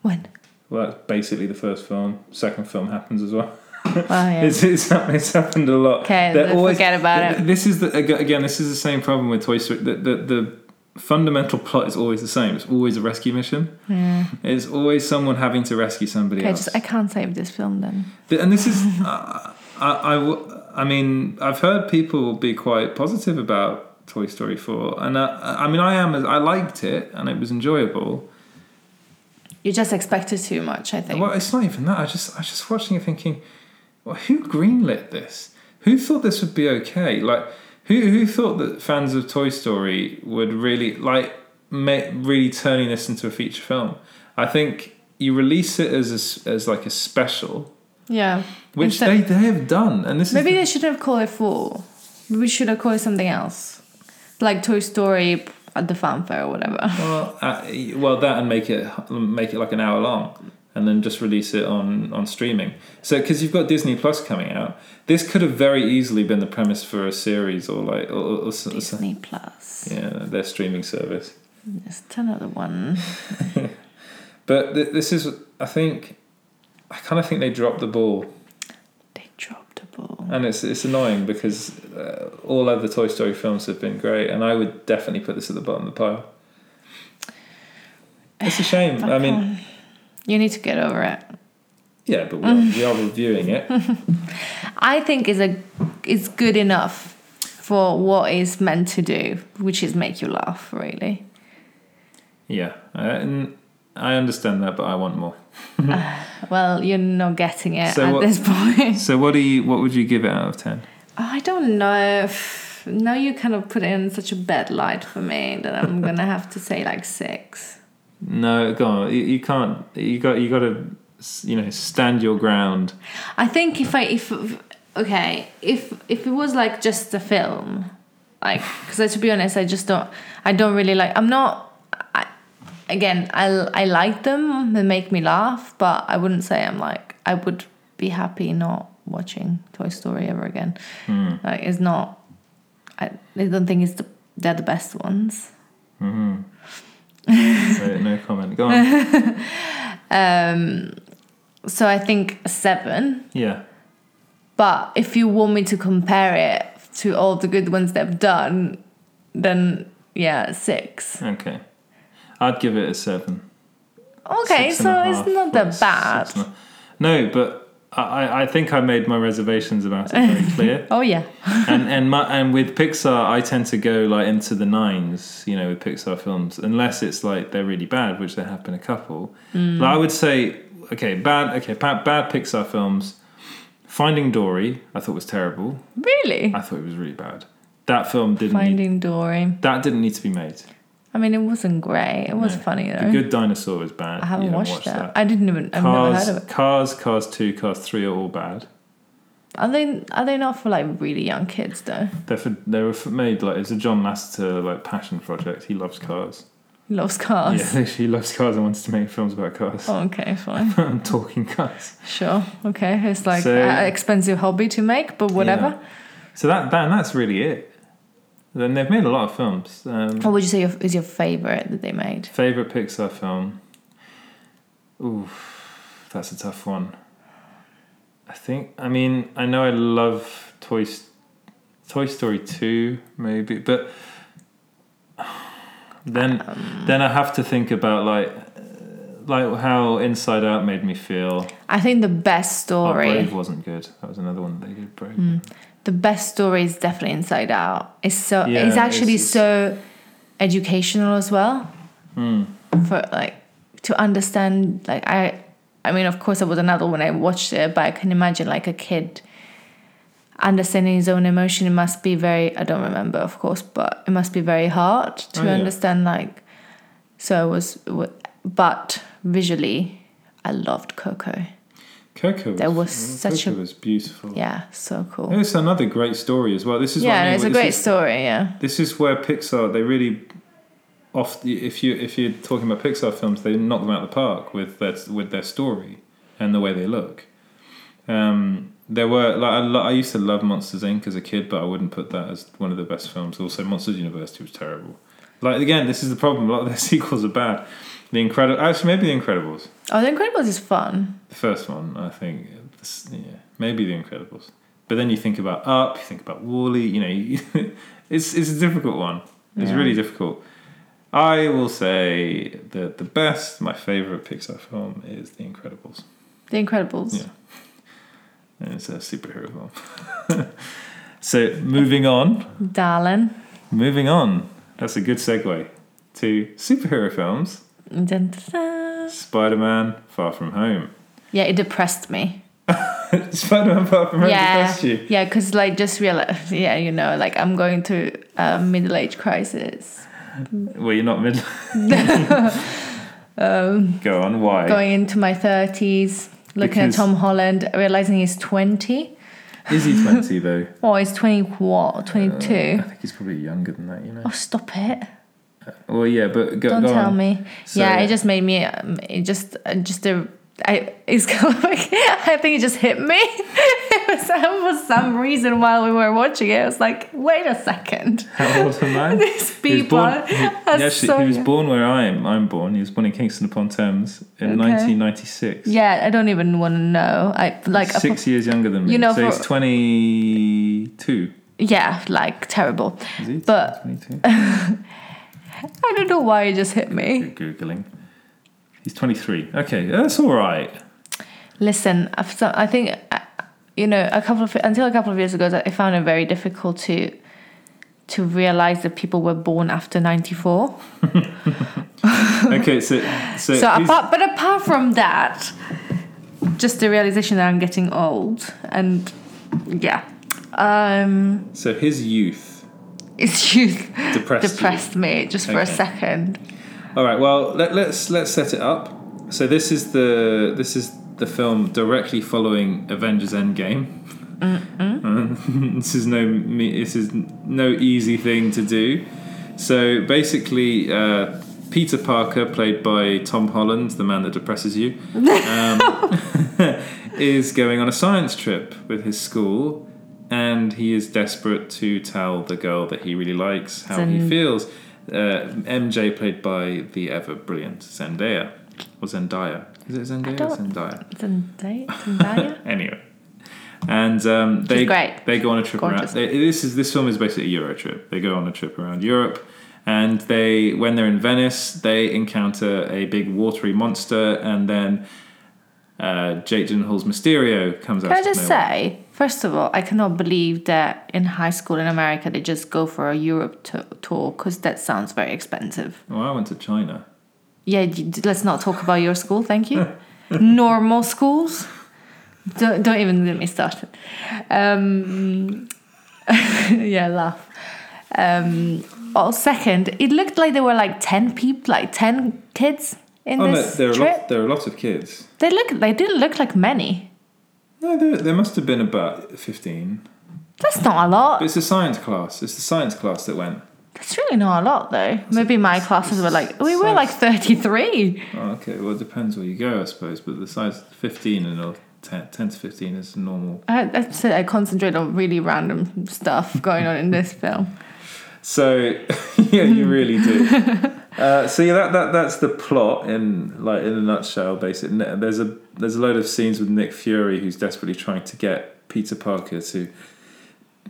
Speaker 2: When?
Speaker 1: Well, that's basically the first film. Second film happens as well.
Speaker 2: Oh, yeah.
Speaker 1: It's, it's, happened, it's happened a lot.
Speaker 2: 'Kay,
Speaker 1: They're
Speaker 2: then forget about
Speaker 1: th-
Speaker 2: it.
Speaker 1: th- This is the, ag- again. This is the same problem with Toy Story. The, the, the fundamental plot is always the same. It's always a rescue mission.
Speaker 2: Yeah.
Speaker 1: It's always someone having to rescue somebody
Speaker 2: Hmm. Okay,
Speaker 1: else.
Speaker 2: just I can't save this film then.
Speaker 1: Th- and this is, I, I, I w- I mean, I've heard people be quite positive about Toy Story Four, and I, I mean, I am. I liked it, and it was enjoyable.
Speaker 2: You just expected too much, I think.
Speaker 1: Well, it's not even that. I just I was just watching it thinking, well, who greenlit this? Who thought this would be okay? Like, who who thought that fans of Toy Story would really like make, really turning this into a feature film? I think you release it as a s as like a special,
Speaker 2: Yeah.
Speaker 1: which
Speaker 2: Instead-
Speaker 1: they they have done, and this
Speaker 2: Maybe
Speaker 1: is
Speaker 2: they shouldn't have called it Fool. Maybe we should have called it something else. Like Toy Story at the fanfare or whatever.
Speaker 1: well, uh, well that and make it make it like an hour long. And then just release it on, on streaming. So, because you've got Disney Plus coming out, this could have very easily been the premise for a series or like or, or, or s- or s-
Speaker 2: Disney Plus.
Speaker 1: Yeah, their streaming service.
Speaker 2: Just another one.
Speaker 1: But th- this is, I think, I kind of think they dropped the ball,
Speaker 2: They dropped the ball.
Speaker 1: and it's it's annoying because uh, all other Toy Story films have been great, and I would definitely put this at the bottom of the pile. It's a shame. I mean,
Speaker 2: You need to get over it.
Speaker 1: yeah, but we are, we are reviewing it.
Speaker 2: I think is a is good enough for what it's meant to do, which is make you laugh, really.
Speaker 1: Yeah, uh, and I understand that, but I want more.
Speaker 2: Well, you're not getting it
Speaker 1: So
Speaker 2: at
Speaker 1: what-
Speaker 2: this point.
Speaker 1: So, what do you? What would you give it out of ten?
Speaker 2: I don't know. if- Now you kind of put it in such a bad light for me that I'm gonna have to say like six.
Speaker 1: No, go on. You, you can't. You got. You got to. You know, stand your ground.
Speaker 2: I think if I if okay if if it was like just a film, like because to be honest, I just don't I don't really like I'm not. I, again, I I like them. They make me laugh, but I wouldn't say I'm like I would be happy not watching Toy Story ever again. Like it's not. I, I don't think it's the they're the best ones.
Speaker 1: So, no comment. Go on.
Speaker 2: Um, so I think seven.
Speaker 1: Yeah.
Speaker 2: But if you want me to compare it to all the good ones they've done, then yeah, six.
Speaker 1: Okay. I'd give it a seven.
Speaker 2: Okay,
Speaker 1: Six and
Speaker 2: so
Speaker 1: a half,
Speaker 2: it's not
Speaker 1: or
Speaker 2: that
Speaker 1: six
Speaker 2: bad.
Speaker 1: and a- No, but I- I, I think I made my reservations about it very clear.
Speaker 2: Oh yeah,
Speaker 1: and and my, and with Pixar, I tend to go like into the nines, you know, with Pixar films, unless it's like they're really bad, which there have been a couple.
Speaker 2: Mm.
Speaker 1: But I would say, okay, bad, okay, bad, bad Pixar films. Finding Dory, I thought was terrible.
Speaker 2: really.
Speaker 1: I thought it was really bad. That film didn't need,
Speaker 2: Finding Dory.
Speaker 1: that didn't need to be made.
Speaker 2: I mean, it wasn't great. It was
Speaker 1: No.
Speaker 2: funny
Speaker 1: The
Speaker 2: though.
Speaker 1: Good Dinosaur was bad.
Speaker 2: I haven't
Speaker 1: You
Speaker 2: watched that. I didn't even. I've
Speaker 1: Cars,
Speaker 2: never heard of it.
Speaker 1: Cars, Cars Two, Cars Three are all bad.
Speaker 2: Are they? Are they not for like really young kids though?
Speaker 1: They're for, they were for made like it's a John Lasseter like passion project. He loves cars.
Speaker 2: He loves cars.
Speaker 1: Yeah, he loves cars and wants to make films about cars
Speaker 2: Oh, okay, fine.
Speaker 1: and talking cars.
Speaker 2: Sure. Okay, it's like
Speaker 1: So-
Speaker 2: an expensive hobby to make, but whatever.
Speaker 1: So that, that that's really it. Then they've made a lot of films. Um,
Speaker 2: What would you say your, is your favorite that they made?
Speaker 1: favorite Pixar film. Ooh, that's a tough one. I think. I mean, I know I love Toy S- Toy Story two, maybe, but then then I have to think about like uh, like how Inside Out made me feel.
Speaker 2: I think the best
Speaker 1: Oh,
Speaker 2: story.
Speaker 1: Brave wasn't good. That was another one that they did. Brave.
Speaker 2: Hmm. the best story is definitely Inside Out. It's so
Speaker 1: Yeah,
Speaker 2: it's actually
Speaker 1: it's- it's-
Speaker 2: so educational as well
Speaker 1: Hmm.
Speaker 2: for like to understand. Like I, I mean, of course, it was another when I watched it, but I can imagine like a kid understanding his own emotion it must be very i don't remember of course but it must be very hard to
Speaker 1: Oh, yeah.
Speaker 2: understand like so it was it wa- but visually i loved coco
Speaker 1: Coco.
Speaker 2: There
Speaker 1: was,
Speaker 2: was
Speaker 1: oh,
Speaker 2: such
Speaker 1: Coco
Speaker 2: a-
Speaker 1: was beautiful.
Speaker 2: yeah so cool
Speaker 1: And it's another great story as well. This is what I
Speaker 2: yeah
Speaker 1: mean,
Speaker 2: it's a
Speaker 1: this
Speaker 2: great
Speaker 1: is-
Speaker 2: story yeah
Speaker 1: this is where Pixar they really off if you if you're talking about Pixar films they knock them out of the park with their with their story and the way they look. Um, there were like I, lo- I used to love Monsters Inc. as a kid, but I wouldn't put that as one of the best films. Also, Monsters University was terrible. Like again, this is the problem. A lot of their sequels are bad. The Incredible, actually, maybe The Incredibles.
Speaker 2: oh the incredibles is fun
Speaker 1: The first one, I think, this- yeah, maybe The Incredibles. But then you think about Up, you think about Wally. You know, you- it's it's a difficult one. It's
Speaker 2: Yeah.
Speaker 1: really difficult. I will say that the best, my favorite Pixar film is The Incredibles,
Speaker 2: the incredibles
Speaker 1: Yeah. and it's a superhero film. so moving on,
Speaker 2: darling
Speaker 1: moving on. That's a good segue to superhero films.
Speaker 2: Dun, dun, dun.
Speaker 1: Spider-Man: Far From Home.
Speaker 2: yeah it depressed me
Speaker 1: Spider-Man: Far From Home.
Speaker 2: yeah
Speaker 1: depressed you.
Speaker 2: yeah because like just realize yeah you know like i'm going through a middle-age crisis
Speaker 1: Well, you're not mid.
Speaker 2: Um,
Speaker 1: Go on. Why?
Speaker 2: going into my 30s looking
Speaker 1: Because-
Speaker 2: at tom holland realizing he's 20
Speaker 1: Is he 20 though?
Speaker 2: or he's 20 what 22
Speaker 1: I think he's probably younger than that, you know.
Speaker 2: oh stop it
Speaker 1: Well, yeah, but go,
Speaker 2: don't
Speaker 1: go
Speaker 2: tell
Speaker 1: on.
Speaker 2: me
Speaker 1: So-
Speaker 2: yeah it just made me um, it just uh, just a I, it's kind of like I think it just hit me. It was- for some reason, while we were watching it, I was like, "Wait a second,
Speaker 1: How old's the man?
Speaker 2: these
Speaker 1: He was
Speaker 2: people
Speaker 1: born- he-
Speaker 2: are
Speaker 1: actually,
Speaker 2: so
Speaker 1: he was born where I am. I'm born. He was born in Kingston upon Thames in
Speaker 2: Okay.
Speaker 1: 1996.
Speaker 2: Yeah, I don't even want to know. I like I
Speaker 1: six years younger than me.
Speaker 2: You know,
Speaker 1: so he's
Speaker 2: for-
Speaker 1: 22.
Speaker 2: thought- yeah, like terrible.
Speaker 1: Is he?
Speaker 2: But-
Speaker 1: 22.
Speaker 2: I don't know why it just hit me.
Speaker 1: You're googling. He's 23. Okay, that's all right.
Speaker 2: Listen, I've, so- I think uh, you know a couple of until a couple of years ago, that I found it very difficult to to realize that people were born after ninety four.
Speaker 1: Okay, so so,
Speaker 2: So
Speaker 1: he's-
Speaker 2: apart, but apart from that, just the realization that I'm getting old and yeah, um,
Speaker 1: so his youth
Speaker 2: it's youth
Speaker 1: depressed. you.
Speaker 2: depressed me just for a
Speaker 1: Okay.
Speaker 2: second.
Speaker 1: All right. Well, let, let's let's set it up. So this is the this is the film directly following Avengers Endgame. Uh, this is no me- this is no easy thing to do. So basically, uh, Peter Parker, played by Tom Holland, the man that depresses you, um, is going on a science trip with his school, and he is desperate to tell the girl that he really likes how he
Speaker 2: Zen-
Speaker 1: feels. Uh, MJ, played by the ever brilliant Zendaya, or Zendaya. Is it Zendaya or
Speaker 2: don't-
Speaker 1: Zendaya?
Speaker 2: Zendaya, Zendaya?
Speaker 1: anyway, and um, they
Speaker 2: great.
Speaker 1: they go on a trip around.
Speaker 2: Gorgeous.
Speaker 1: They, this is this film is basically a Euro trip. They go on a trip around Europe, and they when they're in Venice, they encounter a big watery monster, and then uh, Jake Gyllenhaal's Mysterio comes out.
Speaker 2: Can I
Speaker 1: of
Speaker 2: just
Speaker 1: nowhere.
Speaker 2: say, first of all, I cannot believe that in high school in America they just go for a Europe to- tour because that sounds very expensive.
Speaker 1: Well, I went to China.
Speaker 2: Yeah, you- let's not talk about your school, thank you. Normal schools. Don't, don't even get me started. Um, yeah, laugh. Um, oh, second, it looked like there were like 10 people, like 10 kids in
Speaker 1: Oh no,
Speaker 2: this
Speaker 1: there are a
Speaker 2: trip.
Speaker 1: lot, there are a lot of kids.
Speaker 2: They look, they didn't look like many.
Speaker 1: No, there, there must have been about fifteen.
Speaker 2: That's not a lot.
Speaker 1: But it's a science class. It's the science class that went.
Speaker 2: It's really not a lot though. Maybe my classes were like we were like thirty three.
Speaker 1: Oh, okay. Well, it depends where you go, I suppose. But the size 15 and all- 10, 10 to 15 is normal.
Speaker 2: I, I said I concentrate on really random stuff going on in this film.
Speaker 1: So, yeah, you really do. Uh, so yeah, that, that that's the plot in like in a nutshell. Basically, there's a there's a load of scenes with Nick Fury who's desperately trying to get Peter Parker to,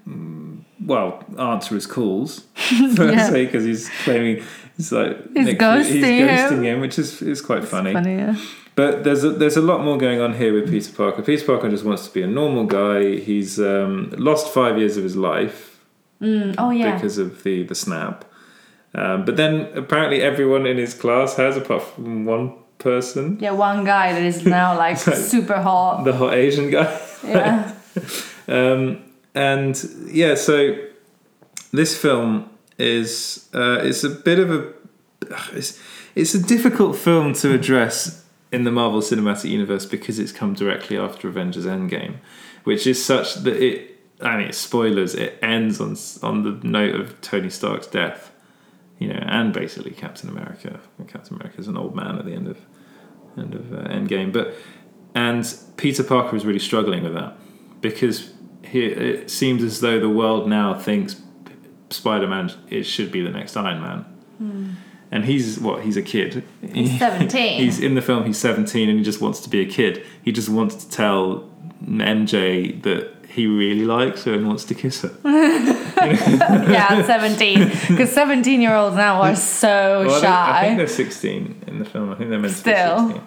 Speaker 1: mm, well, answer his calls.
Speaker 2: Yeah.
Speaker 1: because he's claiming he's like
Speaker 2: He's
Speaker 1: Fury- he's
Speaker 2: ghosting him.
Speaker 1: ghosting him, which is is quite funny.
Speaker 2: Funny, yeah.
Speaker 1: But there's a, there's a lot more going on here with Peter Parker. Peter Parker just wants to be a normal guy. He's um, lost five years of his life
Speaker 2: Mm, oh yeah.
Speaker 1: because of the the snap. Um, but then apparently everyone in his class has, apart from one person,
Speaker 2: yeah, one guy that is now like super hot.
Speaker 1: the hot Asian guy.
Speaker 2: Yeah.
Speaker 1: Um, and yeah, so this film is uh, it's a bit of a it's, it's a difficult film to address in the Marvel Cinematic Universe because it's come directly after Avengers Endgame, which is such that it I mean spoilers it ends on s- on the note of Tony Stark's death, you know, and basically Captain America. Captain America's an old man at the end of end of uh, Endgame, but and Peter Parker is really struggling with that because he, it seems as though the world now thinks P- Spider-Man it should be the next Iron Man, and he's what he's a kid.
Speaker 2: He's 17.
Speaker 1: he's in the film. He's seventeen, and he just wants to be a kid. He just wants to tell MJ that he really likes her and wants to kiss her.
Speaker 2: yeah, 17. Because 17 year olds now are so
Speaker 1: Well, I think- I think
Speaker 2: shy.
Speaker 1: they're 16 in the film. I think they're meant
Speaker 2: Still.
Speaker 1: to be 16.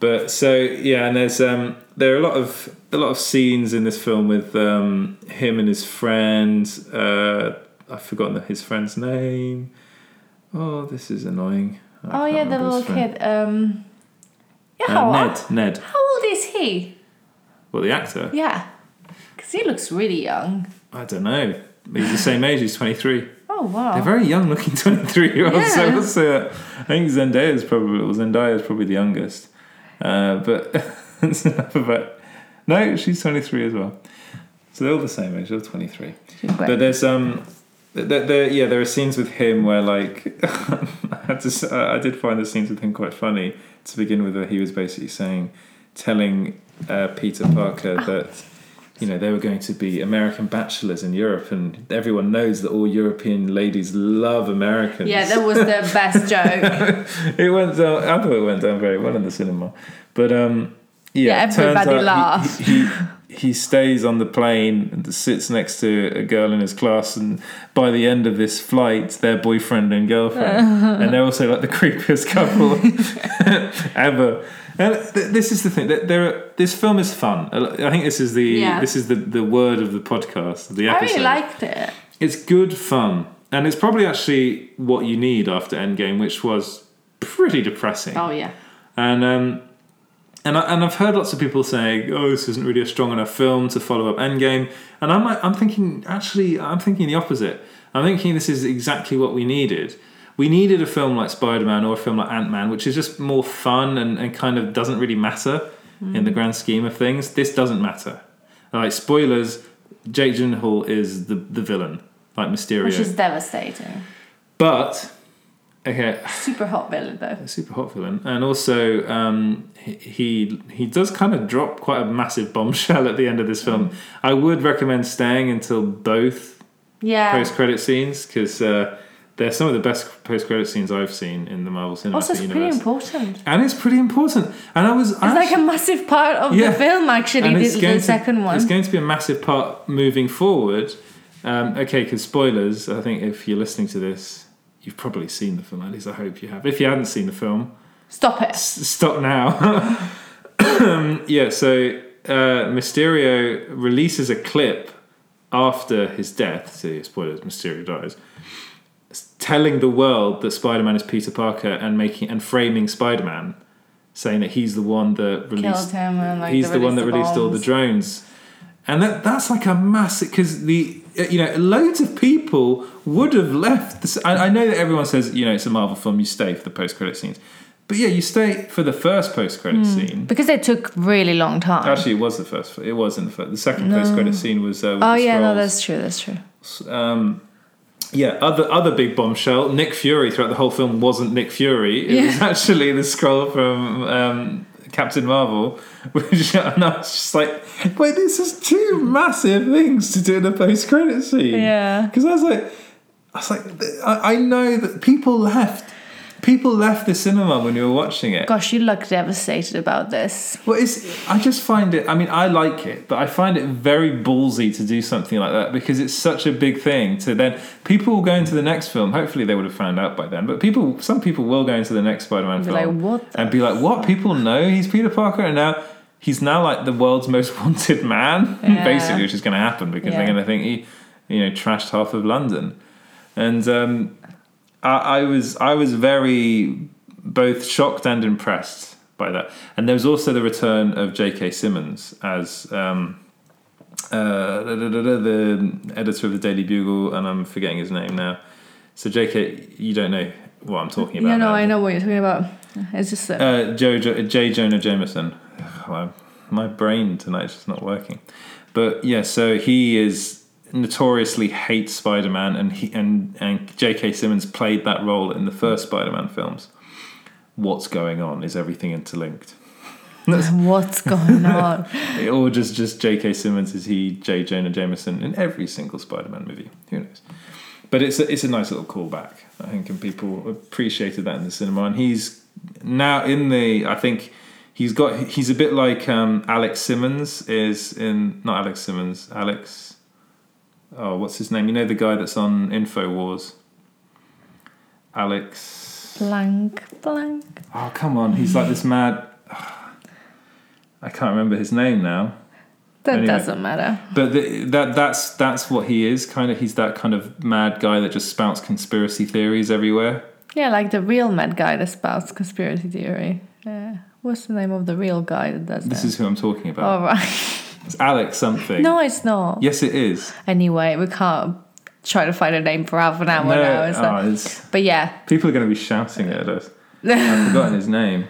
Speaker 1: But so yeah, and there's um there are a lot of a lot of scenes in this film with um him and his friend. Uh, I've forgotten the- his friend's name. Oh, this is annoying. I
Speaker 2: Oh,
Speaker 1: can't
Speaker 2: yeah, the
Speaker 1: remember his
Speaker 2: little Oh.
Speaker 1: friend.
Speaker 2: kid. Um, yeah,
Speaker 1: Uh,
Speaker 2: how,
Speaker 1: Ned.
Speaker 2: old-
Speaker 1: Ned.
Speaker 2: how old is he?
Speaker 1: Well, the actor.
Speaker 2: Yeah. Because he looks really young.
Speaker 1: I don't know. He's the same age. He's 23.
Speaker 2: Oh, wow.
Speaker 1: They're very young looking 23 year olds. So
Speaker 2: Yeah.
Speaker 1: let's say that. I think Zendaya is probably, well, Zendaya is probably the youngest. Uh, but that's enough about, no, she's 23 as well. So they're all the same age, they're all 23.
Speaker 2: She's great.
Speaker 1: But there's, um, there, there, yeah, there are scenes with him where like, I, had to, s- I I did find the scenes with him quite funny to begin with, where he was basically saying, telling uh, Peter Parker
Speaker 2: Ah.
Speaker 1: that you know, they were going to be American bachelors in Europe, and everyone knows that all European ladies love Americans.
Speaker 2: yeah, that was the best joke.
Speaker 1: it went down. I thought it went down very well in the cinema, but um, yeah,
Speaker 2: Yeah,
Speaker 1: it turns
Speaker 2: everybody
Speaker 1: out he-
Speaker 2: laughed.
Speaker 1: He, he, he stays on the plane and sits next to a girl in his class, and by the end of this flight, they're boyfriend and girlfriend, and they're also like the creepiest couple ever. And th- this is the thing that there are. This film is fun. I think this is the
Speaker 2: Yeah.
Speaker 1: this is the, the word of the podcast. The
Speaker 2: I
Speaker 1: episode.
Speaker 2: really liked it.
Speaker 1: It's good fun, and it's probably actually what you need after Endgame, which was pretty depressing.
Speaker 2: Oh, yeah.
Speaker 1: And um, and I, and I've heard lots of people saying, "Oh, this isn't really a strong enough film to follow up Endgame." And I'm like, I'm thinking actually, I'm thinking the opposite. I'm thinking this is exactly what we needed. We needed a film like Spider Man or a film like Ant Man, which is just more fun and, and kind of doesn't really matter in
Speaker 2: Hmm.
Speaker 1: the grand scheme of things. This doesn't matter. Like spoilers, Jake Gyllenhaal is the the villain, like Mysterio.
Speaker 2: Which is devastating.
Speaker 1: but okay,
Speaker 2: Super hot villain, though.
Speaker 1: a super hot villain, and also um, he- he he does kind of drop quite a massive bombshell at the end of this film. I would recommend staying until both
Speaker 2: Yeah.
Speaker 1: post credit scenes because uh, they're some of the best post credit scenes I've seen in the Marvel Cinematic
Speaker 2: also, it's
Speaker 1: Universe,
Speaker 2: pretty important.
Speaker 1: and it's pretty important. And I was
Speaker 2: It's like a massive part of
Speaker 1: Yeah.
Speaker 2: the film, actually,
Speaker 1: and
Speaker 2: the,
Speaker 1: it's
Speaker 2: the
Speaker 1: going to-
Speaker 2: second one.
Speaker 1: It's going to be a massive part moving forward. Um, okay, because spoilers. I think if you're listening to this, you've probably seen the film. At least I hope you have. If you haven't seen the film.
Speaker 2: Stop it.
Speaker 1: S- stop now. Um, yeah, so uh, Mysterio releases a clip after his death. So, spoilers: Mysterio dies, s- telling the world that Spider-Man is Peter Parker and making and framing Spider-Man, saying that he's the one that
Speaker 2: Killed
Speaker 1: released.
Speaker 2: him and like
Speaker 1: he's
Speaker 2: they
Speaker 1: the one that released all the
Speaker 2: bombs.
Speaker 1: drones, and that that's like a massive because the uh, you know loads of people would have left. This, I, I know that everyone says you know it's a Marvel film, you stay for the post credit scenes, but yeah, you stay for the first post credit
Speaker 2: Hmm.
Speaker 1: scene.
Speaker 2: because they took really long time.
Speaker 1: Actually, it was the first. It was in the first. The second post credit scene was. Uh, with
Speaker 2: oh
Speaker 1: the
Speaker 2: yeah, no,
Speaker 1: scrolls.
Speaker 2: that's true. That's true.
Speaker 1: Um, yeah, other other big bombshell. Nick Fury throughout the whole film wasn't Nick Fury. It was actually the scroll from um, Captain Marvel, which and I was just like, wait, this is two massive things to do in a post credit scene.
Speaker 2: Yeah.
Speaker 1: because I was like, I was like, th- I, I know that people left, people left the cinema when you were watching it.
Speaker 2: Gosh, you look devastated about this.
Speaker 1: Well, it's, I just find it. I mean, I like it, but I find it very ballsy to do something like that because it's such a big thing. To then people will go into the next film. Hopefully, they would have found out by then. But people, some people will go into the next Spider-Man
Speaker 2: Be
Speaker 1: film
Speaker 2: like, "What the
Speaker 1: and be like, "What? People know he's Peter Parker, and now he's now like the world's most wanted man,
Speaker 2: Yeah.
Speaker 1: basically, which is going to happen because they're
Speaker 2: Yeah.
Speaker 1: going to think he, you know, trashed half of London." And um, I, I was I was very both shocked and impressed by that. And there was also the return of J.K. Simmons as um, uh, da, da, da, da, the editor of the Daily Bugle, and I'm forgetting his name now. So, JK, you don't know what I'm talking about.
Speaker 2: No, no,
Speaker 1: now,
Speaker 2: I
Speaker 1: do
Speaker 2: know what you're talking about. It's just that.
Speaker 1: uh, Joe, jo- J. Jonah Jameson. Ugh, my- my brain tonight's just not working. But yeah, so he is notoriously hates Spider Man, and he and and J.K. Simmons played that role in the first Spider Man films. What's going on? Is everything interlinked? Um,
Speaker 2: What's going on?
Speaker 1: Or just just J.K. Simmons is he J. Jonah Jameson in every single Spider Man movie? Who knows? But it's a, it's a nice little callback, I think, and people appreciated that in the cinema. And he's now in the I think he's got he's a bit like um, Alex Simmons is in not Alex Simmons Alex oh what's his name you know the guy that's on Infowars Alex
Speaker 2: blank, blank.
Speaker 1: oh come on he's like this mad I can't remember his name now
Speaker 2: That
Speaker 1: Anyway.
Speaker 2: doesn't matter.
Speaker 1: but the, that that's that's what he is. Kind of, he's that kind of mad guy that just spouts conspiracy theories everywhere.
Speaker 2: Yeah, like the real mad guy that spouts conspiracy theory. Yeah. What's the name of the real guy that does
Speaker 1: This
Speaker 2: that?
Speaker 1: is who I'm talking about.
Speaker 2: All right.
Speaker 1: It's Alex something.
Speaker 2: Oh. No, it's not.
Speaker 1: Yes, it is.
Speaker 2: Anyway, we can't try to find a name for half an hour
Speaker 1: no,
Speaker 2: now. It's
Speaker 1: oh,
Speaker 2: not-
Speaker 1: it's-
Speaker 2: But yeah.
Speaker 1: people are going to be shouting at us. I've forgotten his name.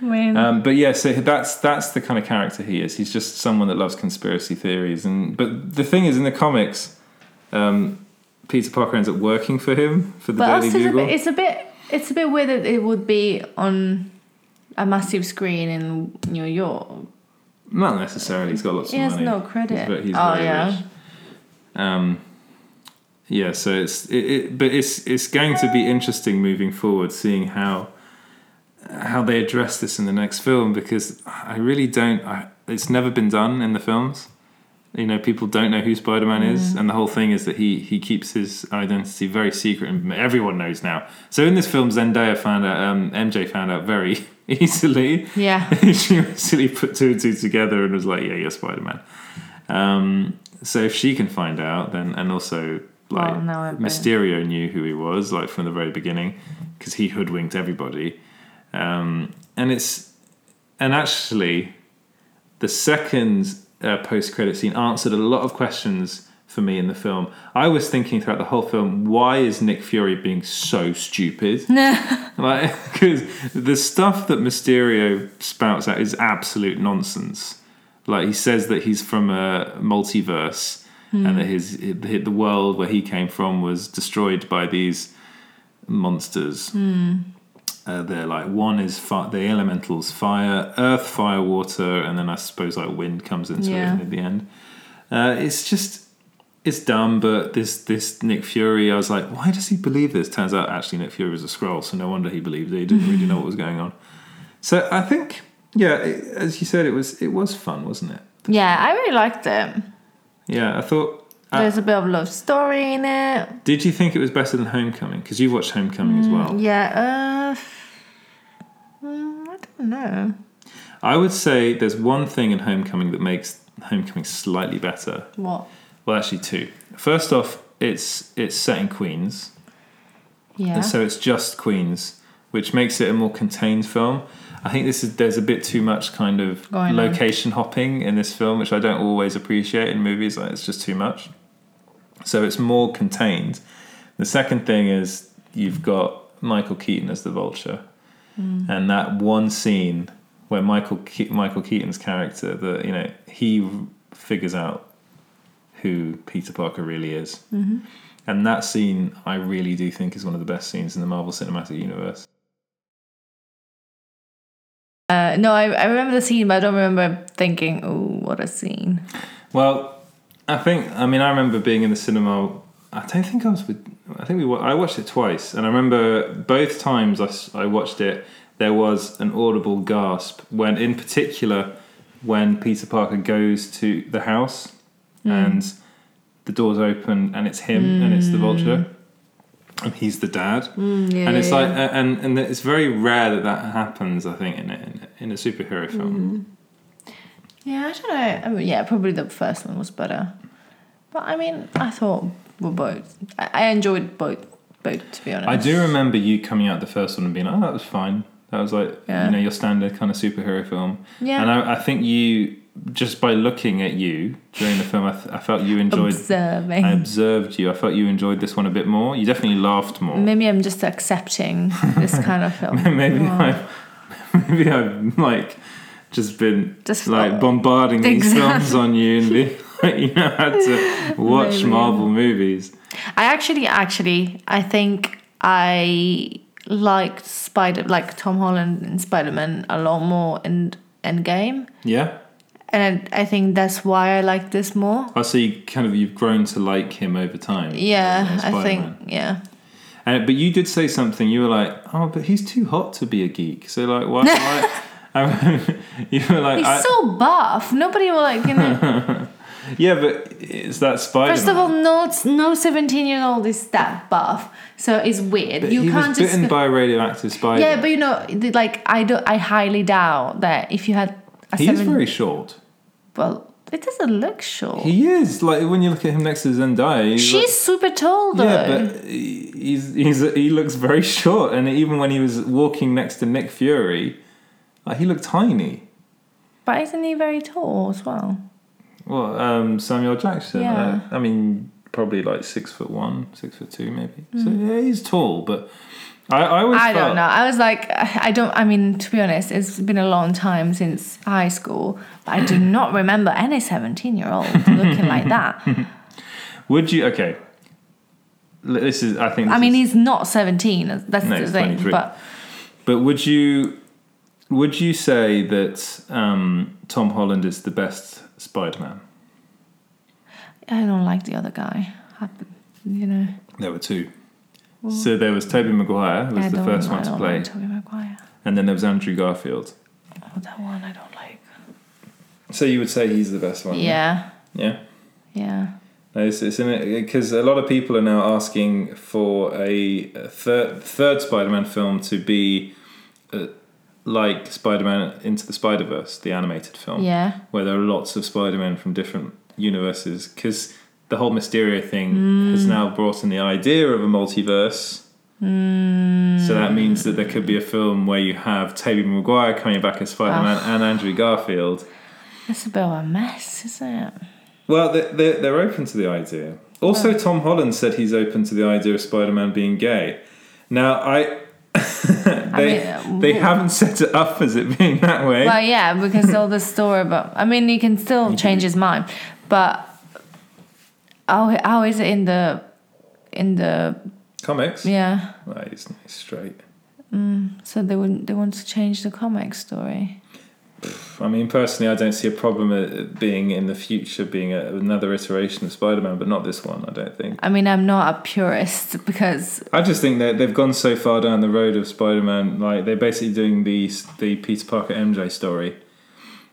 Speaker 2: When-
Speaker 1: Um, but yeah, so that's that's the kind of character he is. He's just someone that loves conspiracy theories. And but the thing is, in the comics, um, Peter Parker ends up working for him for the
Speaker 2: but also,
Speaker 1: Daily
Speaker 2: it's a,
Speaker 1: Bugle.
Speaker 2: bit, it's a bit, it's a bit weird that it would be on a massive screen in New York.
Speaker 1: Not necessarily. He's got lots
Speaker 2: He
Speaker 1: of
Speaker 2: has
Speaker 1: money.
Speaker 2: no credit.
Speaker 1: He's, ve- he's
Speaker 2: Oh,
Speaker 1: very
Speaker 2: yeah.
Speaker 1: rich. Um, yeah. So it's it, it, but it's it's going to be interesting moving forward, seeing how how they address this in the next film because I really don't. I, it's never been done in the films. You know, people don't know who Spider Man is,
Speaker 2: Mm.
Speaker 1: and the whole thing is that he he keeps his identity very secret, and everyone knows now. So in this film, Zendaya found out, um, MJ found out very easily.
Speaker 2: Yeah.
Speaker 1: she instantly put two and two together and was like, "Yeah, you're Spider Man." Um, so if she can find out, then and also like
Speaker 2: Well, now I'm-
Speaker 1: Mysterio knew who he was like from the very beginning because he hoodwinked everybody, um, and it's and actually the second uh, post credit scene answered a lot of questions for me in the film. I was thinking throughout the whole film, why is Nick Fury being so stupid? Like, because the stuff that Mysterio spouts out is absolute nonsense. Like, he says that he's from a multiverse and that his, his the world where he came from was destroyed by these monsters. Uh, they're like one is fi- the elementals: fire, earth, fire, water, and then I suppose like wind comes into
Speaker 2: Yeah.
Speaker 1: it at the end. Uh, it's just it's dumb, but this this Nick Fury, I was like, why does he believe this? Turns out actually Nick Fury was a scroll, so no wonder he believed it. He didn't really know what was going on. So I think, yeah, it, as you said, it was it was fun, wasn't it?
Speaker 2: Yeah, I really liked it.
Speaker 1: Yeah, I thought. Uh,
Speaker 2: There's a bit of love story in it.
Speaker 1: did you think it was better than Homecoming? Because you've watched Homecoming as well.
Speaker 2: Mm. Yeah, uh, mm, I don't know.
Speaker 1: I would say there's one thing in Homecoming that makes Homecoming slightly better.
Speaker 2: What?
Speaker 1: Well, actually, two. First off, it's it's set in Queens,
Speaker 2: Yeah.
Speaker 1: and so it's just Queens, which makes it a more contained film. I think this is there's a bit too much kind of
Speaker 2: Going on.
Speaker 1: location hopping in this film, which I don't always appreciate in movies. Like it's just too much. So it's more contained. The second thing is you've got Michael Keaton as the Vulture,
Speaker 2: Hmm.
Speaker 1: and that one scene where Michael Ke- Michael Keaton's character, the you know, he figures out who Peter Parker really is,
Speaker 2: Mm-hmm.
Speaker 1: and that scene I really do think is one of the best scenes in the Marvel Cinematic Universe.
Speaker 2: uh, no, I, I remember the scene, but I don't remember thinking, oh, what a scene.
Speaker 1: Well, I think I mean I remember being in the cinema. I don't think I was with. I think we. wa- I watched it twice, and I remember both times I, s- I watched it. There was an audible gasp when, in particular, when Peter Parker goes to the house
Speaker 2: Hmm.
Speaker 1: and the doors open and it's him and it's the Vulture and he's the dad
Speaker 2: Mm, Hmm. yeah,
Speaker 1: and it's
Speaker 2: yeah,
Speaker 1: like
Speaker 2: yeah.
Speaker 1: a- and and it's very rare that that happens. I think in a, in a- in a superhero
Speaker 2: Hmm.
Speaker 1: film.
Speaker 2: Yeah, I don't know. I mean, yeah, probably the first one was better. But I mean, I thought were both. I, I enjoyed both, both to be honest.
Speaker 1: I do remember you coming out the first one and being, "Oh, that was fine." That was like
Speaker 2: Yeah.
Speaker 1: you know your standard kind of superhero film.
Speaker 2: Yeah.
Speaker 1: And I, I think you just by looking at you during the film, I, th- I felt you enjoyed.
Speaker 2: Observing.
Speaker 1: I observed you. I felt you enjoyed this one a bit more. You definitely laughed more.
Speaker 2: Maybe I'm just accepting this kind of film.
Speaker 1: maybe
Speaker 2: Wow.
Speaker 1: I've maybe I've like just been
Speaker 2: Just
Speaker 1: like
Speaker 2: felt-
Speaker 1: bombarding these
Speaker 2: Exactly.
Speaker 1: films on you and be, like, you know how to watch
Speaker 2: Maybe.
Speaker 1: Marvel movies.
Speaker 2: I actually, actually, I think I liked Spider, like Tom Holland and Spider Man, a lot more in Endgame,
Speaker 1: Yeah.
Speaker 2: and I think that's why I like this more.
Speaker 1: I see. You kind of you've grown to like him over time.
Speaker 2: Yeah,
Speaker 1: as
Speaker 2: I
Speaker 1: Spider-Man.
Speaker 2: think yeah.
Speaker 1: And, but you did say something. You were like, "Oh, but he's too hot to be a geek." So like, why? why I, you were like,
Speaker 2: He's
Speaker 1: I,
Speaker 2: so buff. Nobody will like you know.
Speaker 1: "Yeah, but it's that Spider."
Speaker 2: First of all, no, no seventeen-year-old is that buff, so it's weird. you
Speaker 1: he
Speaker 2: can't
Speaker 1: was
Speaker 2: just
Speaker 1: bitten by a radioactive spider.
Speaker 2: yeah, but you know, the- like I do, I highly doubt that if you had a
Speaker 1: he is
Speaker 2: seven,
Speaker 1: very short.
Speaker 2: well, it doesn't look short.
Speaker 1: He is like when you look at him next to Zendaya. he's
Speaker 2: She's super tall though.
Speaker 1: like, yeah, but he- he's, he's he looks very short. And even when he was walking next to Nick Fury, like, he looked tiny.
Speaker 2: But isn't he very tall as well?
Speaker 1: Well, um, Samuel Jackson.
Speaker 2: Yeah.
Speaker 1: uh, I mean, probably like six foot one, six foot two, maybe. So yeah, he's tall, but I, I always
Speaker 2: Mm. I
Speaker 1: felt,
Speaker 2: don't know. I was like, I I don't. I mean, to be honest, it's been a long time since high school, but I do not remember any seventeen-year-old looking like that.
Speaker 1: Would you? Okay. L- This is. I think. This
Speaker 2: I mean,
Speaker 1: is,
Speaker 2: he's not seventeen. That's
Speaker 1: No,
Speaker 2: the
Speaker 1: he's
Speaker 2: thing.
Speaker 1: 23.
Speaker 2: But
Speaker 1: but would you? Would you say that um, Tom Holland is the best Spider-Man?
Speaker 2: I don't like the other guy. I- You know,
Speaker 1: There were two. So there was Tobey Maguire, who
Speaker 2: I
Speaker 1: was the
Speaker 2: don't,
Speaker 1: first
Speaker 2: I
Speaker 1: one to
Speaker 2: don't
Speaker 1: play,
Speaker 2: Like Tobey Maguire.
Speaker 1: and then there was Andrew Garfield.
Speaker 2: Oh, that one I don't like.
Speaker 1: So you would say he's the best one?
Speaker 2: Yeah,
Speaker 1: Yeah.
Speaker 2: yeah.
Speaker 1: No, It's, it's because a lot of people are now asking for a third third Spider-Man film to be uh, like Spider-Man Into the Spider-Verse, the animated film,
Speaker 2: Yeah.
Speaker 1: where there are lots of Spider-Man from different universes. Because the whole Mysterio thing has now brought in the idea of a multiverse. So that means that there could be a film where you have Tobey Maguire coming back as Spider-Man and Andrew Garfield.
Speaker 2: That's a bit of a mess, isn't it?
Speaker 1: Well, they're, they're, they're open to the idea.
Speaker 2: Oh.
Speaker 1: Also, Tom Holland said he's open to the idea of Spider Man being gay. Now, I. they
Speaker 2: mean, uh,
Speaker 1: they
Speaker 2: wh-
Speaker 1: haven't set it up as it being that way.
Speaker 2: Well, yeah, because all the story about. I mean, he can still change his mind, but how how is it in the in the
Speaker 1: Comics?
Speaker 2: yeah?
Speaker 1: Well, he's, he's straight.
Speaker 2: So they wouldn't they want to change the comic story.
Speaker 1: I mean, personally, I don't see a problem with it being in the future being a, another iteration of Spider Man, but not this one, I don't think.
Speaker 2: I mean, I'm not a purist because
Speaker 1: I just think that they've gone so far down the road of Spider-Man, like they're basically doing the the Peter Parker MJ story,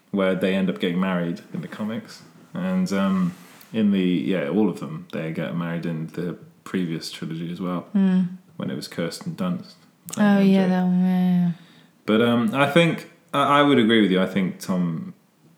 Speaker 1: where they end up getting married in the comics, and um, in the yeah, all of them they get married in the previous trilogy as well, when it was Kirsten Dunst.
Speaker 2: Hmm. oh
Speaker 1: playing
Speaker 2: yeah,
Speaker 1: MJ.
Speaker 2: that one, yeah.
Speaker 1: But um, I think I, I would agree with you. I think Tom,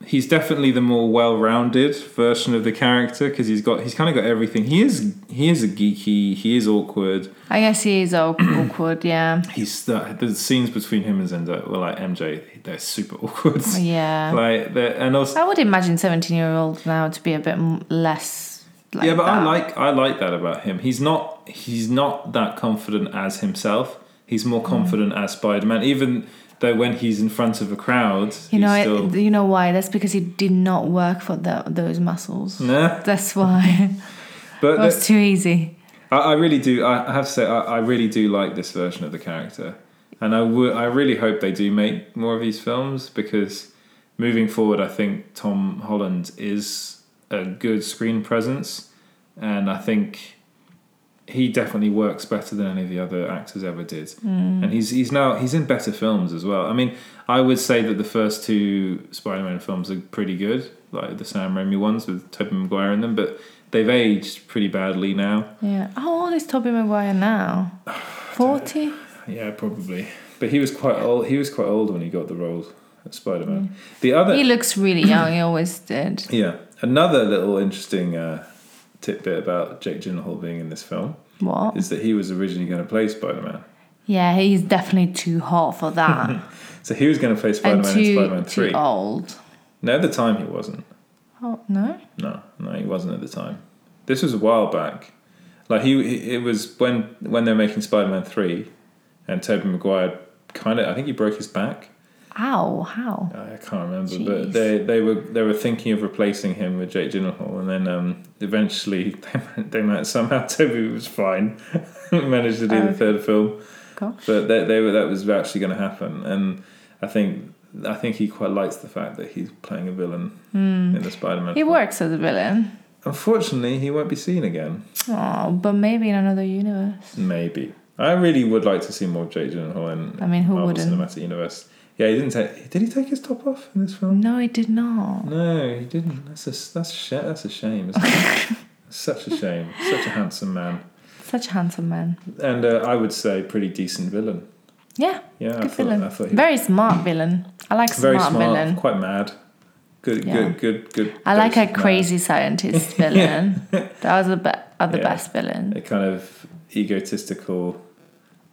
Speaker 1: he's definitely the more well-rounded version of the character because he's got he's kind of got everything. He is he is a geeky. He is awkward.
Speaker 2: I guess he is aw- awkward. Yeah,
Speaker 1: he's the, the scenes between him and Zendaya, well, like MJ, they're super awkward.
Speaker 2: Oh, yeah.
Speaker 1: Like, they're, and also,
Speaker 2: I would imagine seventeen year old now to be a bit m- less. Like
Speaker 1: yeah, but I
Speaker 2: that.
Speaker 1: like I like that about him. He's not he's not that confident as himself. He's
Speaker 2: Mm.
Speaker 1: more confident as Spider Man, even though when he's in front of a crowd,
Speaker 2: You
Speaker 1: he's
Speaker 2: know,
Speaker 1: still,
Speaker 2: it, you know why? That's because he did not work for tho- those muscles.
Speaker 1: nah.
Speaker 2: That's why.
Speaker 1: But
Speaker 2: It was
Speaker 1: the-
Speaker 2: too easy.
Speaker 1: I, I really do. I I have to say, I, I really do like this version of the character, and I would. I really hope they do make more of these films because moving forward, I think Tom Holland is a good screen presence, and I think he definitely works better than any of the other actors ever did. And he's he's now he's in better films as well. I mean, I would say that the first two Spider-Man films are pretty good, like the Sam Raimi ones with Tobey Maguire in them, but they've aged pretty badly now.
Speaker 2: Yeah. How old is Toby Maguire now? 40?
Speaker 1: Yeah, probably. But he was quite old. He was quite old when he got the role at Spider Man. The other,
Speaker 2: He looks really young, he always did.
Speaker 1: yeah, another little interesting uh, tidbit about Jake Gyllenhaal being in this film
Speaker 2: What?
Speaker 1: is that he was originally going to play Spider Man.
Speaker 2: Yeah, he's definitely too hot for that.
Speaker 1: So he was going to play Spider
Speaker 2: and
Speaker 1: Man in Spider
Speaker 2: too,
Speaker 1: Man
Speaker 2: too
Speaker 1: 3.
Speaker 2: old.
Speaker 1: No, at the time he wasn't.
Speaker 2: Oh, no?
Speaker 1: No, no, he wasn't at the time. This was a while back. Like he, he- it was when when they were making Spider Man three, and Tobey Maguire kind of, I think he broke his back.
Speaker 2: Ow, how?
Speaker 1: I can't remember,
Speaker 2: Jeez.
Speaker 1: but they, they were they were thinking of replacing him with Jake Gyllenhaal, and then um, eventually they man- they managed, somehow Toby was fine, managed to do
Speaker 2: Okay.
Speaker 1: the third film,
Speaker 2: Oh. Gosh.
Speaker 1: but they, they were that was actually going to happen, and I think I think he quite likes the fact that he's playing a villain in the Spider Man.
Speaker 2: Hmm. He works as a villain.
Speaker 1: Unfortunately, he won't be seen again.
Speaker 2: Oh, but maybe in another universe.
Speaker 1: Maybe. I really would like to see more Jake Gyllenhaal in
Speaker 2: I mean, who
Speaker 1: Marvel
Speaker 2: wouldn't?
Speaker 1: Cinematic Universe. Yeah, he didn't take. Did he take his top off in this film?
Speaker 2: No, it did not.
Speaker 1: No, he didn't. That's a that's a, sh- that's a shame. Isn't it? Such a shame. Such a handsome man,
Speaker 2: Such a handsome man.
Speaker 1: and uh, I would say pretty decent villain.
Speaker 2: Yeah,
Speaker 1: Yeah, I
Speaker 2: good
Speaker 1: thought,
Speaker 2: villain.
Speaker 1: I thought he
Speaker 2: Very smart villain. I like
Speaker 1: very
Speaker 2: smart,
Speaker 1: smart,
Speaker 2: villain.
Speaker 1: quite mad. Good,
Speaker 2: Yeah.
Speaker 1: good, good, good.
Speaker 2: I like
Speaker 1: dose
Speaker 2: a
Speaker 1: of mad.
Speaker 2: crazy scientist villain. That was the be- are the
Speaker 1: Yeah.
Speaker 2: best villain.
Speaker 1: A kind of egotistical,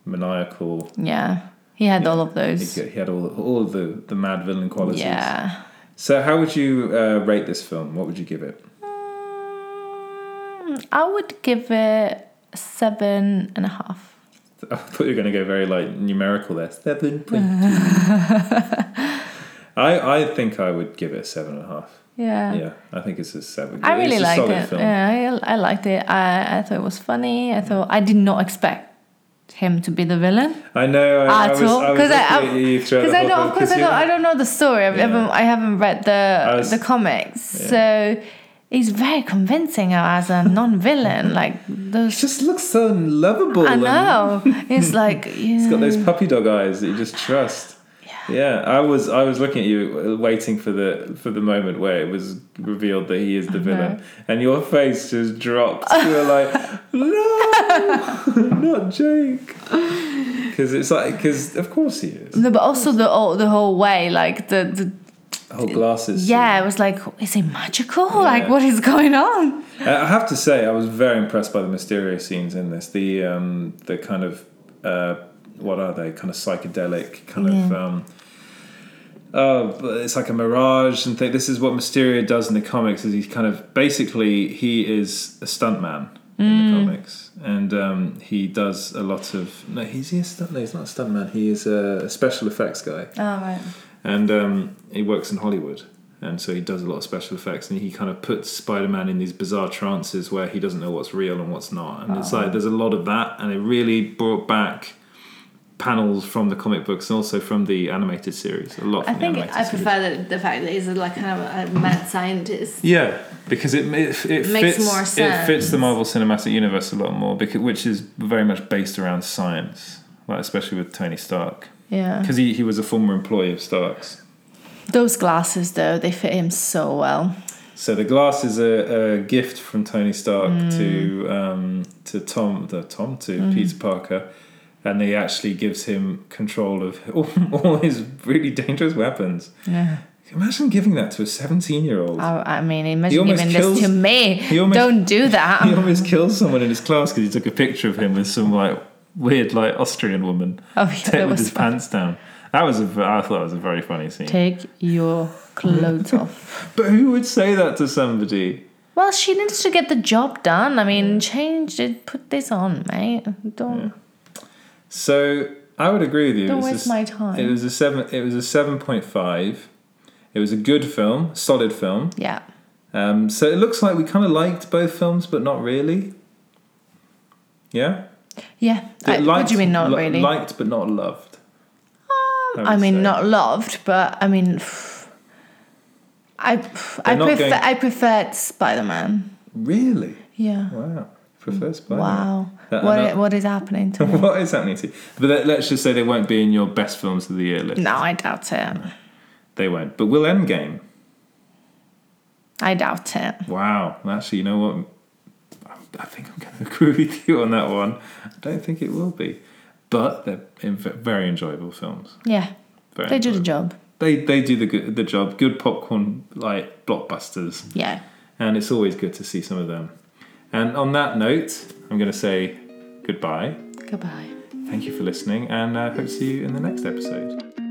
Speaker 1: maniacal.
Speaker 2: Yeah, he had
Speaker 1: Yeah.
Speaker 2: all of those.
Speaker 1: He had all all of the the mad villain qualities.
Speaker 2: Yeah.
Speaker 1: So, how would you uh, rate this film? What would you give it?
Speaker 2: Mm, I would give it seven and a half.
Speaker 1: I thought you were going to go very like numerical there. Seven point two. I I think I would give it a seven and a half.
Speaker 2: Yeah.
Speaker 1: Yeah, I think it's a seven.
Speaker 2: I
Speaker 1: It's
Speaker 2: really
Speaker 1: a
Speaker 2: liked
Speaker 1: solid
Speaker 2: it.
Speaker 1: film.
Speaker 2: Yeah, I, I liked it. I, I thought it was funny. I thought I did not expect him to be the villain.
Speaker 1: I know. I, I
Speaker 2: at
Speaker 1: was,
Speaker 2: all
Speaker 1: I was
Speaker 2: because
Speaker 1: looking
Speaker 2: I,
Speaker 1: at you throughout
Speaker 2: because
Speaker 1: the
Speaker 2: I
Speaker 1: whole
Speaker 2: don't
Speaker 1: film
Speaker 2: of course I
Speaker 1: 'cause you-
Speaker 2: don't I don't know the story I've
Speaker 1: Yeah.
Speaker 2: ever I haven't read the
Speaker 1: I was-
Speaker 2: the comics so he's very convincing as a non-villain like
Speaker 1: It
Speaker 2: those
Speaker 1: just looks so lovable.
Speaker 2: I
Speaker 1: and
Speaker 2: know it's like yeah.
Speaker 1: It's got those puppy dog eyes that you just trust. Yeah, I was I was looking at you, uh, waiting for the for the moment where it was revealed that he is the villain, and your face just dropped. You were like, "No, not Jake," because it's like because of course he is.
Speaker 2: no, but also the whole, the whole way like the, the
Speaker 1: Whole Oh, glasses.
Speaker 2: yeah it was like is he magical like
Speaker 1: Yeah.
Speaker 2: what is going on
Speaker 1: Uh, I have to say, I was very impressed by the Mysterio scenes in this. The um, the kind of uh, what are they? Kind of psychedelic, kind of.
Speaker 2: Yeah.
Speaker 1: Um, uh, but it's like a mirage and thing. This is what Mysterio does in the comics. Is he's kind of basically he is a stuntman in the comics, and um, he does a lot of no. He's he a stunt? No, he's not a stuntman. He is a special effects guy
Speaker 2: oh right
Speaker 1: and um, he works in Hollywood, and so he does a lot of special effects, and he kind of puts Spider-Man in these bizarre trances where he doesn't know what's real and what's not, and it's
Speaker 2: Ah.
Speaker 1: like there's a lot of that, and it really brought back panels from the comic books and also from the animated series, a lot. From
Speaker 2: I think
Speaker 1: the animated
Speaker 2: I
Speaker 1: series.
Speaker 2: prefer the, the fact that he's like kind of a mad scientist
Speaker 1: Yeah, because it it, it
Speaker 2: Makes
Speaker 1: fits
Speaker 2: more
Speaker 1: it fits the Marvel Cinematic Universe a lot more, because, which is very much based around science, like especially with Tony Stark,
Speaker 2: yeah
Speaker 1: because he, he was a former employee of Stark's.
Speaker 2: those glasses though they fit him so well
Speaker 1: So the glass is a, a gift from Tony Stark
Speaker 2: Hmm.
Speaker 1: to um, to Tom, the Tom to Peter Parker, and he actually gives him control of all, all his really dangerous weapons.
Speaker 2: yeah
Speaker 1: Imagine giving that to a seventeen-year-old.
Speaker 2: I, I mean,
Speaker 1: He
Speaker 2: imagine
Speaker 1: almost
Speaker 2: giving
Speaker 1: kills-
Speaker 2: this to me.
Speaker 1: he almost-
Speaker 2: Don't do
Speaker 1: He
Speaker 2: that.
Speaker 1: almost killed someone in his class because he took a picture of him with some like weird like Austrian woman
Speaker 2: Oh, yeah, that
Speaker 1: with
Speaker 2: was
Speaker 1: his
Speaker 2: fun.
Speaker 1: pants down. That was a, I thought that was a very funny scene.
Speaker 2: Take your clothes off.
Speaker 1: But who would say that to somebody?
Speaker 2: Well, she needs to get the job done. I mean, change it. Put this on, mate. Don't
Speaker 1: So I would agree with you.
Speaker 2: don't
Speaker 1: It's
Speaker 2: waste
Speaker 1: a-
Speaker 2: my
Speaker 1: It
Speaker 2: time.
Speaker 1: was a seven. It was a seven point five. It was a good film, solid film.
Speaker 2: yeah,
Speaker 1: Um, so it looks like we kind of liked both films, but not really. Yeah,
Speaker 2: yeah. I, Uh, what do you mean, not
Speaker 1: li-
Speaker 2: really?
Speaker 1: liked, but not loved.
Speaker 2: um,
Speaker 1: I
Speaker 2: I,
Speaker 1: would
Speaker 2: mean,
Speaker 1: say.
Speaker 2: not loved, but I mean, I I
Speaker 1: not
Speaker 2: prefer
Speaker 1: going-
Speaker 2: I preferred Spider Man.
Speaker 1: Really?
Speaker 2: Yeah.
Speaker 1: Wow. Prefer Spider.
Speaker 2: Mm, Wow.
Speaker 1: Oh, That-
Speaker 2: what
Speaker 1: and that-
Speaker 2: what is happening to me?
Speaker 1: what is happening to you? But let, let's just say they won't be in your best films of the year list.
Speaker 2: no, I doubt it.
Speaker 1: They won't. But will Endgame?
Speaker 2: I doubt it.
Speaker 1: Wow. Actually, you know what? I- I think I'm going to agree with you on that one. I don't think it will be. But they're in- very enjoyable films.
Speaker 2: Yeah,
Speaker 1: Very
Speaker 2: they do the
Speaker 1: enjoyable.
Speaker 2: job.
Speaker 1: They they do the good, the job. Good popcorn like blockbusters,
Speaker 2: Yeah.
Speaker 1: and it's always good to see some of them. And on that note, I'm going to say goodbye.
Speaker 2: Goodbye.
Speaker 1: Thank you for listening, and I uh, hope to see you in the next episode.